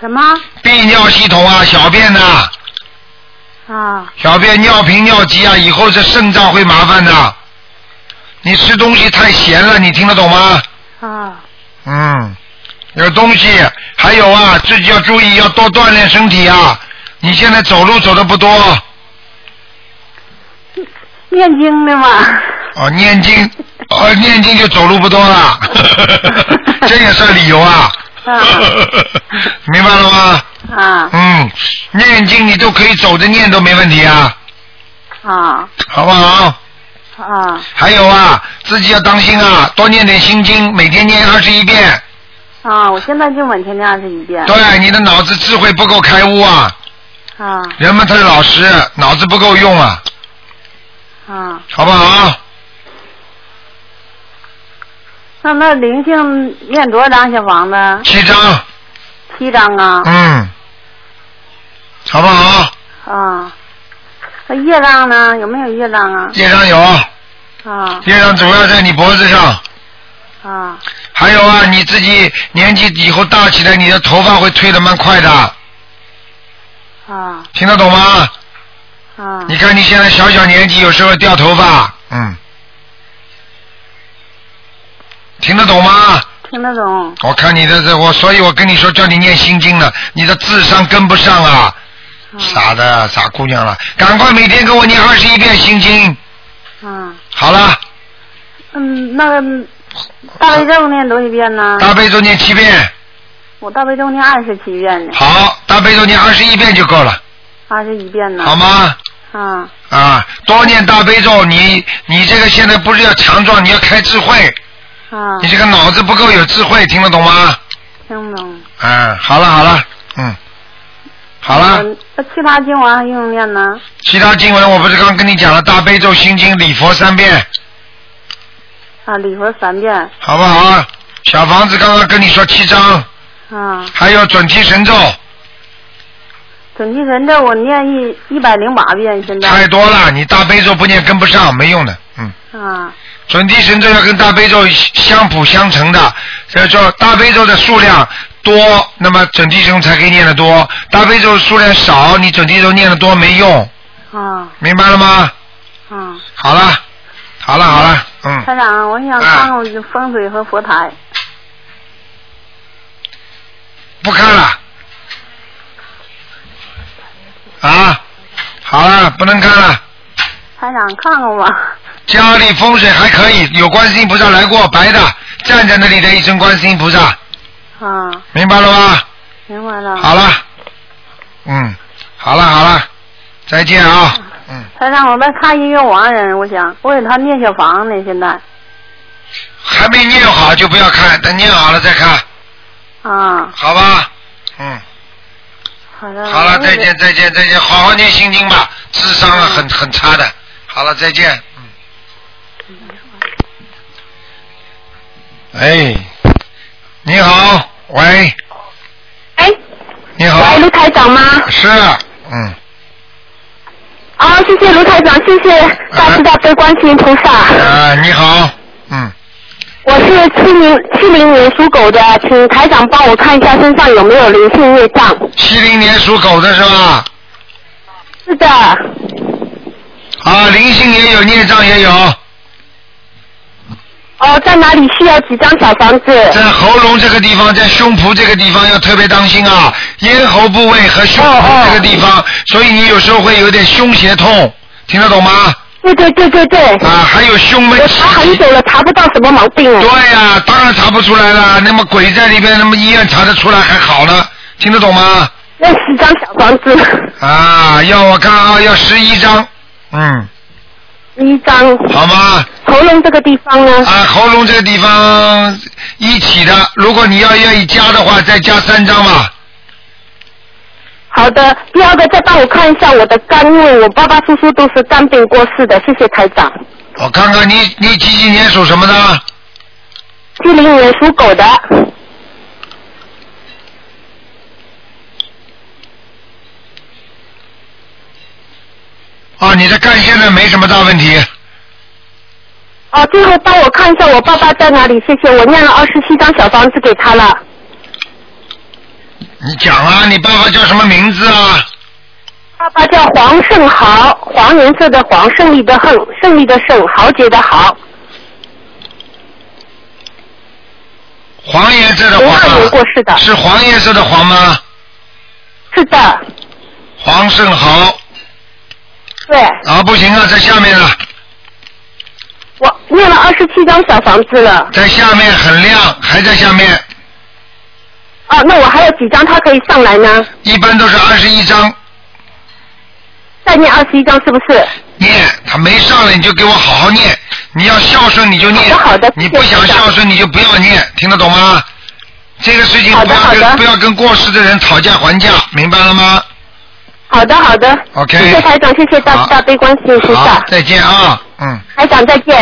[SPEAKER 10] 什么？
[SPEAKER 1] 泌尿系统啊，小便呐、
[SPEAKER 10] 啊，
[SPEAKER 1] 小便尿频尿急啊，以后这肾脏会麻烦的。你吃东西太咸了，你听得懂吗？
[SPEAKER 10] 啊，
[SPEAKER 1] 嗯，有东西，还有啊，自己要注意，要多锻炼身体啊。你现在走路走的不多
[SPEAKER 10] 念经的嘛。
[SPEAKER 1] 哦，念经，哦，念经就走路不多了， 这也算理由啊。
[SPEAKER 10] 啊
[SPEAKER 1] 明白了吗？
[SPEAKER 10] 啊
[SPEAKER 1] 嗯，念经你都可以走着念都没问题啊，
[SPEAKER 10] 啊
[SPEAKER 1] 好不好？
[SPEAKER 10] 啊
[SPEAKER 1] 还有啊，自己要当心啊，多念点心经，每天念二十一遍。
[SPEAKER 10] 啊！我现在就每天念二十一遍。
[SPEAKER 1] 对，啊你的脑子智慧不够开悟啊，
[SPEAKER 10] 啊
[SPEAKER 1] 人们太老实，脑子不够用啊，
[SPEAKER 10] 啊，
[SPEAKER 1] 好不好？
[SPEAKER 10] 那那灵性念多少张小房子？
[SPEAKER 1] 七张，
[SPEAKER 10] 七张啊
[SPEAKER 1] 嗯，好不好？
[SPEAKER 10] 啊！那业障呢？有没有业障啊？
[SPEAKER 1] 业障有，
[SPEAKER 10] 啊
[SPEAKER 1] 业障主要在你脖子上，
[SPEAKER 10] 啊
[SPEAKER 1] 还有啊，你自己年纪以后大起来，你的头发会退得蛮快的，
[SPEAKER 10] 啊
[SPEAKER 1] 听得懂吗？
[SPEAKER 10] 啊
[SPEAKER 1] 你看你现在小小年纪，有时候掉头发，嗯，听得懂吗？
[SPEAKER 10] 听得懂
[SPEAKER 1] 我看你的这我，所以我跟你说，叫你念心经了，你的智商跟不上啊，傻的傻姑娘了，赶快每天跟我念二十一遍心经，
[SPEAKER 10] 啊？
[SPEAKER 1] 好了，
[SPEAKER 10] 嗯，那个大悲咒念多少遍呢？
[SPEAKER 1] 大悲咒念七遍，
[SPEAKER 10] 我大悲咒念二十七遍呢，
[SPEAKER 1] 好，大悲咒念二十一遍就够了，
[SPEAKER 10] 二十一遍呢。
[SPEAKER 1] 好吗？
[SPEAKER 10] 啊
[SPEAKER 1] 啊，多念大悲咒，你你这个现在不是要强壮，你要开智慧，
[SPEAKER 10] 啊
[SPEAKER 1] 你，这个脑子不够有智慧，听得懂吗？
[SPEAKER 10] 听懂。
[SPEAKER 1] 嗯，好了好了，嗯，好了。
[SPEAKER 10] 嗯那其他经文还用念呢？
[SPEAKER 1] 其他经文我不是刚跟你讲了，大悲咒、心经、礼佛三遍，
[SPEAKER 10] 啊，礼佛三遍。
[SPEAKER 1] 好不好？小房子刚刚跟你说七章，
[SPEAKER 10] 啊，
[SPEAKER 1] 还有准提神咒，
[SPEAKER 10] 准提神咒我念一一百零八遍，现在
[SPEAKER 1] 太多了，你大悲咒不念跟不上，没用的。嗯，
[SPEAKER 10] 啊
[SPEAKER 1] 准提神咒要跟大悲咒相辅相成的，所以说大悲咒的数量多，那么准提神咒才可以念得多；大悲咒数量少，你准提咒念得多没用，
[SPEAKER 10] 啊
[SPEAKER 1] 明白了吗？
[SPEAKER 10] 啊！
[SPEAKER 1] 好了，好了，好了，嗯，
[SPEAKER 10] 台长，我想看看我的风水和佛台
[SPEAKER 1] 不看了。啊，好了，不能看了。
[SPEAKER 10] 台长看看吧。
[SPEAKER 1] 家里风水还可以，有观世音菩萨来过，白的，站在那里的一尊观世音菩萨，
[SPEAKER 10] 啊，
[SPEAKER 1] 明白了吗？
[SPEAKER 10] 明白了。
[SPEAKER 1] 好了，嗯，好了好了，再见啊！
[SPEAKER 10] 台长，我再看一个亡人，我想我给他念小房呢，现在
[SPEAKER 1] 还没念好就不要看，等念好了再看，
[SPEAKER 10] 啊，
[SPEAKER 1] 好吧？嗯，
[SPEAKER 10] 好的，
[SPEAKER 1] 好了，再见，再见，再见，好好念心经吧，智商啊很很差的。好了，再见。嗯。哎，你好，喂。
[SPEAKER 5] 哎。
[SPEAKER 1] 你好。
[SPEAKER 5] 喂，卢台长吗？
[SPEAKER 1] 是，嗯，
[SPEAKER 5] 啊，谢谢卢台长，谢谢大慈大悲观世音菩萨。
[SPEAKER 1] 啊，你好，嗯，
[SPEAKER 5] 我是七零七零年属狗的，请台长帮我看一下身上有没有灵性业障。
[SPEAKER 1] 七零年属狗的是吧？
[SPEAKER 5] 是的，
[SPEAKER 1] 啊，灵性也有，孽障也有，
[SPEAKER 5] 哦，在哪里需要几张小房子？
[SPEAKER 1] 在喉咙这个地方，在胸脯这个地方要特别当心啊，咽喉部位和胸
[SPEAKER 5] 哦
[SPEAKER 1] 脯这个地方，所以你有时候会有点胸胁痛，听得懂吗？
[SPEAKER 5] 对对对对对。
[SPEAKER 1] 啊，还有胸闷。
[SPEAKER 5] 我查很久了，查不到什么毛病。啊
[SPEAKER 1] 对呀、当然查不出来了，那么鬼在里边，那么医院查得出来还好呢，听得懂吗？
[SPEAKER 5] 要十张小房子，
[SPEAKER 1] 啊，要我看啊，要十一张，嗯，
[SPEAKER 5] 一张。
[SPEAKER 1] 好吗？
[SPEAKER 5] 喉咙这个地方呢？
[SPEAKER 1] 啊，喉咙这个地方一起的，如果你要愿意加的话，再加三张吧。
[SPEAKER 5] 好的，第二个再帮我看一下我的肝，因为我爸爸、叔叔都是肝病过世的，谢谢台长。
[SPEAKER 1] 我看看你，你几几年属什么的？
[SPEAKER 5] 七零年属狗的，
[SPEAKER 1] 啊，你的肝现在没什么大问题，
[SPEAKER 5] 哦，最后帮我看一下我爸爸在哪里，谢谢。我念了二十七张小房子给他了，
[SPEAKER 1] 你讲啊，你爸爸叫什么名字啊？
[SPEAKER 5] 爸爸叫黄胜豪，黄颜色的黄，胜利的胜，胜利的胜，豪杰的豪，
[SPEAKER 1] 黄颜色的黄啊，是黄颜色的黄吗？
[SPEAKER 5] 是的。
[SPEAKER 1] 黄胜豪
[SPEAKER 5] 对，
[SPEAKER 1] 啊，不行啊，在下面了，
[SPEAKER 5] 我念了二十七张小房子了。
[SPEAKER 1] 在下面很亮，还在下面，
[SPEAKER 11] 啊
[SPEAKER 5] 哦，那我还有几张他可以上来呢？
[SPEAKER 1] 一般都是二十一张，
[SPEAKER 5] 再念二十一张是不是？
[SPEAKER 1] 念他没上来你就给我好好念，你要孝顺你就念，好的你不想孝顺你就不要念，听得懂吗？这个事情不要跟不要跟过世的人讨价还价，明白了吗？
[SPEAKER 5] 好的，好的。
[SPEAKER 1] OK
[SPEAKER 5] 谢谢台长，谢谢大慈大悲观世音菩萨
[SPEAKER 1] 好。，再见啊，嗯，
[SPEAKER 5] 台长再见。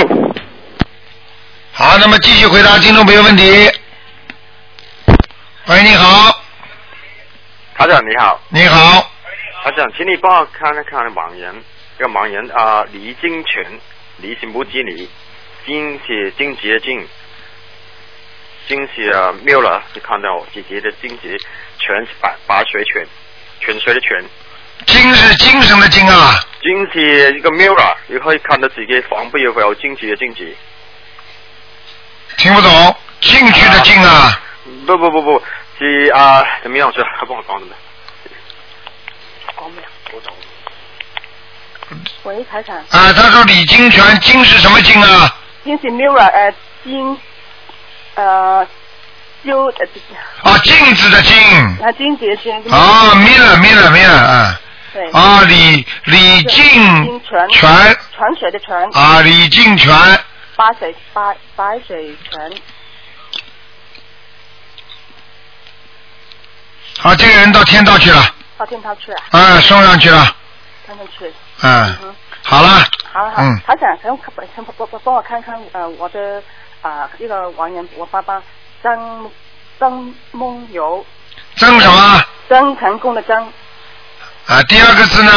[SPEAKER 1] 好，那么继续回答听众朋友问题。喂，你好，
[SPEAKER 12] 台长你好，
[SPEAKER 1] 你好，
[SPEAKER 12] 台长，请你帮我看一看盲人，这个盲人啊、李金泉，李是木吉李，金是金杰金，金是呃没有了，你看到我姐姐的金是泉是白白水泉，泉水的泉，
[SPEAKER 1] 金是精神的金啊，
[SPEAKER 12] 金是一个 mirror，你可以看到自己房背后有金子的金子。
[SPEAKER 1] 听不懂，进去的进啊，
[SPEAKER 12] 不不不不，是啊、怎么样？是帮我讲怎么？讲不了，我懂。
[SPEAKER 8] 喂，台长。
[SPEAKER 1] 啊，他说李金泉，金是什么金啊？
[SPEAKER 8] 金是 mirror，呃，金，呃，修呃，
[SPEAKER 1] 啊，镜子的镜，
[SPEAKER 8] 啊，金结晶。
[SPEAKER 1] 啊，mirror，mirror，mirror，啊。
[SPEAKER 8] 对。
[SPEAKER 1] 啊，李李静
[SPEAKER 8] 泉。
[SPEAKER 1] 泉
[SPEAKER 8] 泉水的泉。
[SPEAKER 1] 啊，李静泉，
[SPEAKER 8] 八水八白水泉。
[SPEAKER 1] 啊，这个人到天道去了，
[SPEAKER 8] 到天堂去了。
[SPEAKER 1] 啊，送上去了，
[SPEAKER 8] 天堂去了。
[SPEAKER 1] 嗯，
[SPEAKER 8] 嗯。
[SPEAKER 1] 好了，
[SPEAKER 8] 好好，
[SPEAKER 1] 嗯
[SPEAKER 8] 台长，想看想帮帮帮我看看呃我的啊、一个亡人，我爸爸张张梦游，
[SPEAKER 1] 曾什么？
[SPEAKER 8] 张成功的张，
[SPEAKER 1] 啊，第二个字呢？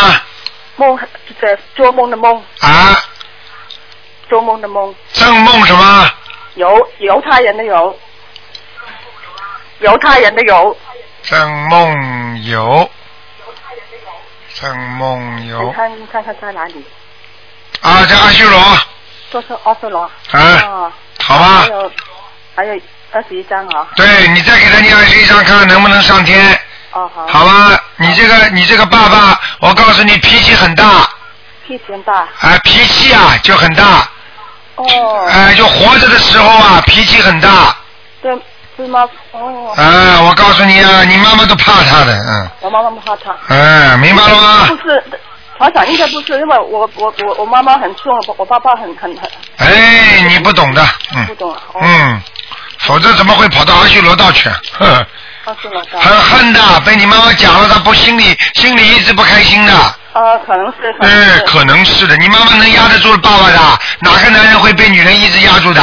[SPEAKER 8] 梦这做梦的梦，
[SPEAKER 1] 啊，
[SPEAKER 8] 做梦的梦，
[SPEAKER 1] 曾梦什么？
[SPEAKER 8] 犹犹太人的犹，犹太人的犹，
[SPEAKER 1] 曾梦游，曾梦
[SPEAKER 8] 你
[SPEAKER 1] 游，
[SPEAKER 8] 看你看看在哪里？哦
[SPEAKER 1] 啊，在阿修罗，
[SPEAKER 8] 做是奥斯罗。
[SPEAKER 1] 啊
[SPEAKER 8] 啊。
[SPEAKER 1] 好吧
[SPEAKER 8] 还有还有二十一张啊。
[SPEAKER 1] 对你再给他念二十一张，看看能不能上天。
[SPEAKER 8] 哦好。
[SPEAKER 1] 好吧，你这个你这个爸爸，我告诉你脾气很大，
[SPEAKER 8] 屁钱大。
[SPEAKER 1] 啊，脾气啊就很大，
[SPEAKER 8] 哦。
[SPEAKER 1] 哎、就活着的时候啊脾气很大，
[SPEAKER 8] 对，是吗？哦。
[SPEAKER 1] 啊，我告诉你啊，你妈妈都怕他的，嗯，嗯啊
[SPEAKER 8] 我妈妈不怕他。
[SPEAKER 1] 哎、明白了吗？
[SPEAKER 8] 是不是
[SPEAKER 13] 团长应该不是，因为我我我我妈妈很重，我我爸爸很很很
[SPEAKER 1] 哎，你不懂的，嗯
[SPEAKER 13] 不懂啊。哦，
[SPEAKER 1] 嗯，否则怎么会跑到阿修罗道去？哼，
[SPEAKER 13] 啊是吗？
[SPEAKER 1] 很恨的，被你妈妈讲了，她不心里心里一直不开心的。
[SPEAKER 13] 啊，可能是可能
[SPEAKER 1] 哎
[SPEAKER 13] 是，
[SPEAKER 1] 可能是的。你妈妈能压得住爸爸的，哪个男人会被女人一直压住的？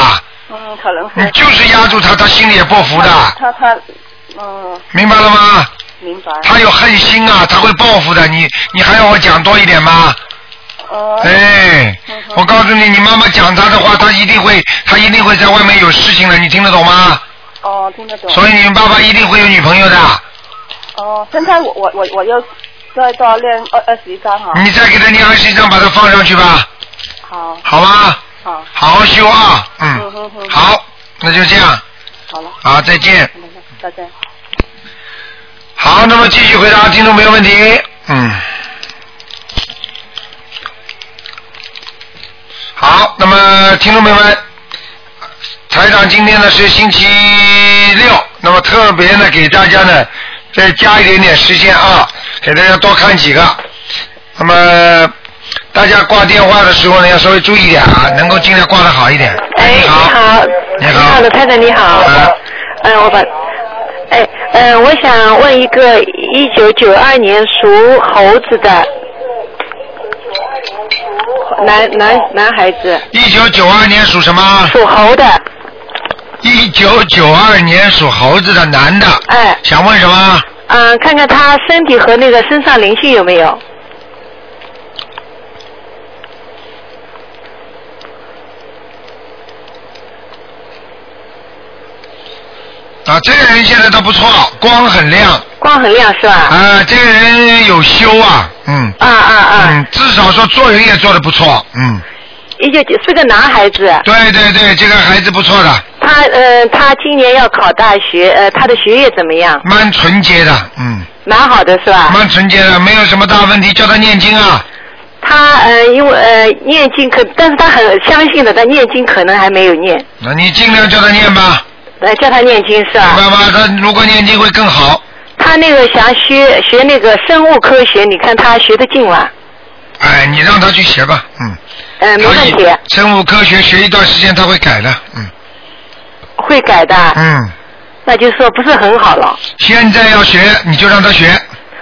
[SPEAKER 13] 嗯，可能
[SPEAKER 1] 你就是压住他，他心里也不服的，
[SPEAKER 13] 他他嗯，
[SPEAKER 1] 明白了吗？
[SPEAKER 13] 明白。
[SPEAKER 1] 他有恨心啊，他会报复的。你你还要我讲多一点吗？
[SPEAKER 13] 哦
[SPEAKER 1] 哎，
[SPEAKER 13] 嗯
[SPEAKER 1] 我告诉你，你妈妈讲他的话，他一定会，他一定会在外面有事情的，你听得懂吗？
[SPEAKER 13] 哦，听得懂。
[SPEAKER 1] 所以你爸爸一定会有女朋友的。
[SPEAKER 13] 哦，现在我我我我要再多练二二十一张哈。
[SPEAKER 1] 你再给他念二十一张，把它放上去吧。
[SPEAKER 13] 好。
[SPEAKER 1] 好吧。
[SPEAKER 13] 好。
[SPEAKER 1] 好好修啊，嗯，
[SPEAKER 13] 嗯嗯嗯。
[SPEAKER 1] 好，那就这样，
[SPEAKER 13] 好了，
[SPEAKER 1] 好，再见。
[SPEAKER 13] 再见。
[SPEAKER 1] 好，那么继续回答听众朋友问题。嗯。好，那么听众朋友们，台长今天呢是星期六，那么特别呢给大家呢再加一点点时间啊，给大家多看几个。那么大家挂电话的时候呢要稍微注意点啊，能够尽量挂的好一点。
[SPEAKER 14] 哎，你好，你好，罗太太你好。
[SPEAKER 1] 啊
[SPEAKER 14] 嗯，我把，哎，嗯，我想问一个一九九二年属猴子的男男男孩子，
[SPEAKER 1] 一九九二年属什么？
[SPEAKER 14] 属猴的。
[SPEAKER 1] 一九九二年属猴子的男的。
[SPEAKER 14] 哎。
[SPEAKER 1] 想问什么？
[SPEAKER 14] 嗯，看看他身体和那个身上灵性有没有？
[SPEAKER 1] 啊，这个人现在倒不错，光很亮。
[SPEAKER 14] 光很亮是吧？
[SPEAKER 1] 啊，这个人有修啊，嗯。
[SPEAKER 14] 啊啊啊！
[SPEAKER 1] 嗯，至少说做人也做的不错，嗯。
[SPEAKER 14] 一九九是个男孩子，
[SPEAKER 1] 对对对，这个孩子不错的，
[SPEAKER 14] 他呃他今年要考大学，呃他的学业怎么样？
[SPEAKER 1] 蛮纯洁的，嗯，
[SPEAKER 14] 蛮好的是吧？
[SPEAKER 1] 蛮纯洁的，没有什么大问题，叫他念经啊。
[SPEAKER 14] 他呃，因为呃念经可，但是他很相信的，但念经可能还没有念，
[SPEAKER 1] 那你尽量叫他念吧，
[SPEAKER 14] 来叫他念经是吧？
[SPEAKER 1] 明白吗？他如果念经会更好。
[SPEAKER 14] 他那个想学学那个生物科学，你看他学得进吗？
[SPEAKER 1] 哎，你让他去学吧，嗯。
[SPEAKER 14] 嗯，没
[SPEAKER 1] 可
[SPEAKER 14] 问
[SPEAKER 1] 以
[SPEAKER 14] 题，。
[SPEAKER 1] 生物科学学一段时间他会改的，嗯
[SPEAKER 14] 会改的。
[SPEAKER 1] 嗯。
[SPEAKER 14] 那就说不是很好了。
[SPEAKER 1] 现在要学你就让他学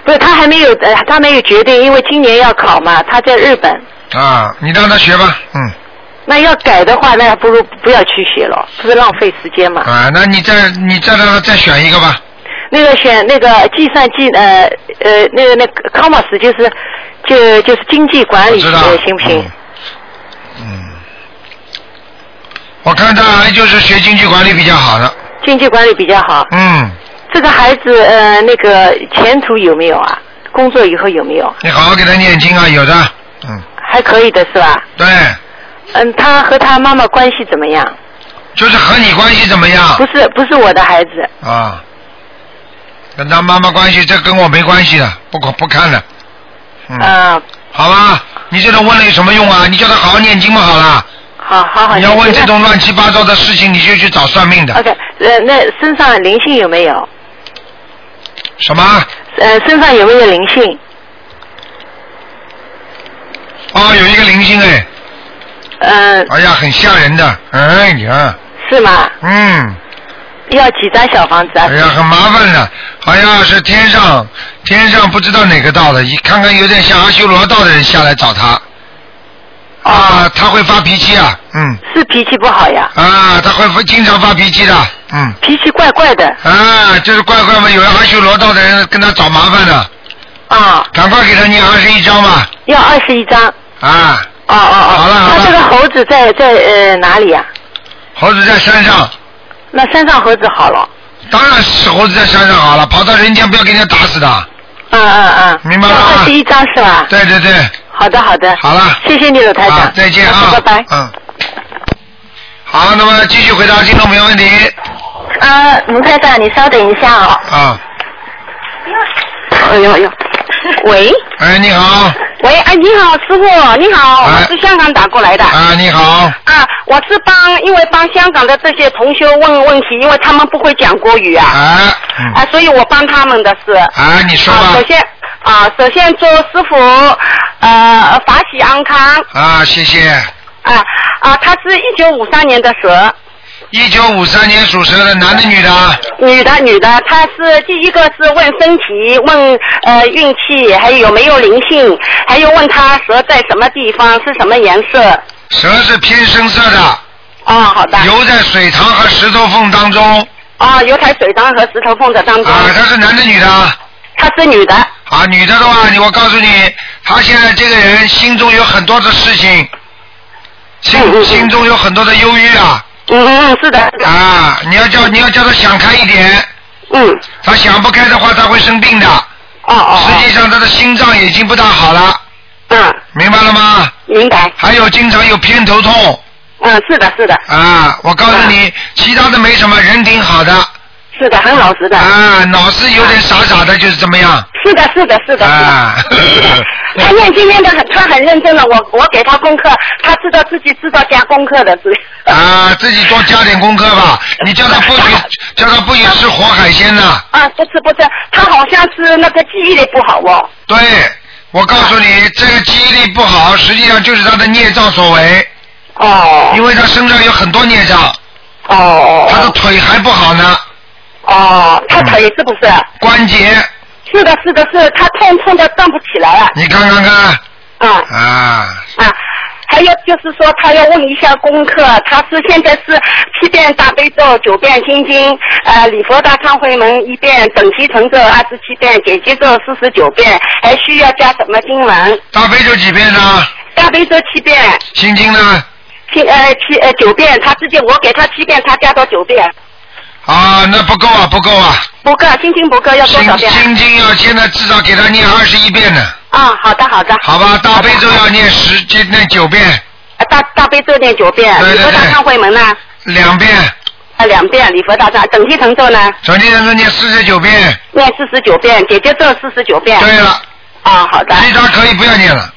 [SPEAKER 14] 不是，他还没有呃，他没有决定，因为今年要考嘛，他在日本。
[SPEAKER 1] 啊，你让他学吧，嗯。
[SPEAKER 14] 那要改的话，那还不如不要去学了，不是浪费时间嘛？
[SPEAKER 1] 啊，那你再你再让他再选一个吧。
[SPEAKER 14] 那个选那个计算机呃呃那个那个 commerce 就是就就是经济管理学行不
[SPEAKER 1] 嗯
[SPEAKER 14] 行？
[SPEAKER 1] 我看他还就是学经济管理比较好的，
[SPEAKER 14] 经济管理比较好。
[SPEAKER 1] 嗯，
[SPEAKER 14] 这个孩子呃那个前途有没有啊？工作以后有没有？
[SPEAKER 1] 你好好给他念经啊，有的。
[SPEAKER 14] 还可以的是吧？
[SPEAKER 1] 对，
[SPEAKER 14] 嗯，他和他妈妈关系怎么样？
[SPEAKER 1] 就是和你关系怎么样
[SPEAKER 14] 不是不是我的孩子，
[SPEAKER 1] 啊？跟他妈妈关系，这跟我没关系的，不管不看的。嗯。
[SPEAKER 14] 啊。
[SPEAKER 1] 好吧，你这种问了有什么用啊？你叫他好好念经嘛，好了。
[SPEAKER 14] 好好好。
[SPEAKER 1] 你要问
[SPEAKER 14] 那
[SPEAKER 1] 这种乱七八糟的事情，你就去找算命的。
[SPEAKER 14] OK，呃，那身上灵性有没有？
[SPEAKER 1] 什么？
[SPEAKER 14] 呃，身上有没有灵性？
[SPEAKER 1] 哦，有一个灵性哎，
[SPEAKER 14] 嗯、
[SPEAKER 1] 哎呀，很吓人的，哎呀，
[SPEAKER 14] 是吗？
[SPEAKER 1] 嗯。
[SPEAKER 14] 要几张小房子啊？
[SPEAKER 1] 哎呀，很麻烦的，好像哎是天上天上不知道哪个道的，一看看有点像阿修罗道的人下来找他。啊，他会发脾气啊，嗯。
[SPEAKER 14] 是脾气不好呀。
[SPEAKER 1] 啊，他会发经常发脾气的，嗯。
[SPEAKER 14] 脾气怪怪的。
[SPEAKER 1] 啊，就是怪怪嘛，有阿修罗道的人跟他找麻烦的。
[SPEAKER 14] 啊。
[SPEAKER 1] 赶快给他念二十一章吧。
[SPEAKER 14] 要二十一张。
[SPEAKER 1] 啊。
[SPEAKER 14] 哦哦哦。好了好了。他这个猴子在在呃哪里呀、
[SPEAKER 1] 猴子在山上。
[SPEAKER 14] 那山上猴子好了。
[SPEAKER 1] 当然是猴子在山上好了，跑到人间不要给人家打死的。
[SPEAKER 14] 嗯嗯嗯。
[SPEAKER 1] 明白了啊哎吗
[SPEAKER 14] 要二十一张是吧？
[SPEAKER 1] 对对对。
[SPEAKER 14] 好的好的。
[SPEAKER 1] 好了。
[SPEAKER 14] 谢谢你，鲁台
[SPEAKER 1] 啊
[SPEAKER 14] 长。
[SPEAKER 1] 再见啊
[SPEAKER 14] 拜拜。
[SPEAKER 1] 嗯。好，那么继续回答听众朋友问题。
[SPEAKER 11] 啊，卢台长，你稍等一下哦。
[SPEAKER 1] 啊。
[SPEAKER 11] 哎呦哎呦，喂。
[SPEAKER 1] 哎，你好。哎
[SPEAKER 11] 喂，哎，你好，师傅，你好，我是香港打过来的。
[SPEAKER 1] 啊，你好。
[SPEAKER 11] 啊，我是帮，因为帮香港的这些同学问问题，因为他们不会讲国语啊。
[SPEAKER 1] 啊。哎
[SPEAKER 11] 啊，所以我帮他们的是。
[SPEAKER 1] 啊，你说吧。
[SPEAKER 11] 首先，
[SPEAKER 5] 啊、首先祝师傅呃法喜安康
[SPEAKER 1] 啊，谢谢。
[SPEAKER 5] 啊啊，他是一九五三年的蛇，
[SPEAKER 1] 一九五三年属蛇的，男的女的？
[SPEAKER 5] 女的女的，她是第一个是问身体，问呃运气，还有没有灵性，还有问她蛇在什么地方，是什么颜色。
[SPEAKER 1] 蛇是偏深色的。
[SPEAKER 5] 哦，好的。
[SPEAKER 1] 游在水塘和石头缝当中。
[SPEAKER 5] 啊，油台水缸和石头缝的当中。
[SPEAKER 1] 啊，他是男的女的？
[SPEAKER 5] 她是女的。
[SPEAKER 1] 啊，女的的话，你我告诉你，他现在这个人心中有很多的事情，心、心中有很多的忧郁啊。
[SPEAKER 5] 嗯嗯嗯，是的。
[SPEAKER 1] 啊，你要叫你要叫他想开一点。
[SPEAKER 5] 嗯。
[SPEAKER 1] 他想不开的话，他会生病的。
[SPEAKER 5] 哦哦。
[SPEAKER 1] 实际上，他的心脏已经不大好了。
[SPEAKER 5] 嗯。
[SPEAKER 1] 明白了吗？
[SPEAKER 5] 明白。
[SPEAKER 1] 还有经常有偏头痛。
[SPEAKER 5] 嗯，是的，是的。
[SPEAKER 1] 啊，我告诉你，其他的没什么，人挺好的。
[SPEAKER 5] 是的，很老实的。
[SPEAKER 1] 啊，脑子有点傻傻的，就是怎么样？
[SPEAKER 5] 是的，是的，是的。
[SPEAKER 1] 啊，
[SPEAKER 5] 她念经念的很，她很认真了。我我给她功课，她知道自己知道加功课的是。
[SPEAKER 1] 啊，自己多加点功课吧。你叫他不 许，叫他不许吃活 海鲜呐、
[SPEAKER 5] 啊，不是不是，她好像是那个记忆力不好哦。
[SPEAKER 1] 对，我告诉你，这个记忆力不好，实际上就是他的孽障所为。
[SPEAKER 5] 哦。
[SPEAKER 1] 因为他身上有很多孽障。
[SPEAKER 5] 哦。
[SPEAKER 1] 他的腿还不好呢。嗯
[SPEAKER 5] 哦，她腿是不是？
[SPEAKER 1] 关节。
[SPEAKER 5] 是的，是的，是她痛痛的站不起来啊。
[SPEAKER 1] 你看看看。
[SPEAKER 5] 啊
[SPEAKER 1] 啊，
[SPEAKER 5] 啊，还有就是说，他要问一下功课，他是现在是七遍大悲咒，九遍心经，呃，礼佛大忏悔文一遍，整齐成咒二十七遍，解结咒四十九遍，还需要加什么经文？
[SPEAKER 1] 大悲咒几遍呢？
[SPEAKER 5] 大悲咒七遍，
[SPEAKER 1] 心经呢？
[SPEAKER 5] 七呃七呃九遍，他直接我给他七遍，他加到九遍，
[SPEAKER 1] 啊，那不够啊，不够啊。
[SPEAKER 5] 不够，心经不够要多
[SPEAKER 1] 心
[SPEAKER 5] 少遍？
[SPEAKER 1] 心经要现在至少给他念二十一遍呢，
[SPEAKER 5] 啊，好的好的，
[SPEAKER 1] 好吧？大悲咒要念十，就念九遍，
[SPEAKER 5] 呃大大悲咒念九遍，
[SPEAKER 1] 对对
[SPEAKER 5] 礼佛大
[SPEAKER 1] 对
[SPEAKER 5] 忏悔文呢？
[SPEAKER 1] 两遍，
[SPEAKER 5] 啊，两遍礼佛大忏，整齐成咒呢？
[SPEAKER 1] 整经人咒念四十九遍。
[SPEAKER 5] 念四十九遍，姐姐咒四十九遍。
[SPEAKER 1] 对了。
[SPEAKER 5] 啊，好的。
[SPEAKER 1] 其他可以不要念了，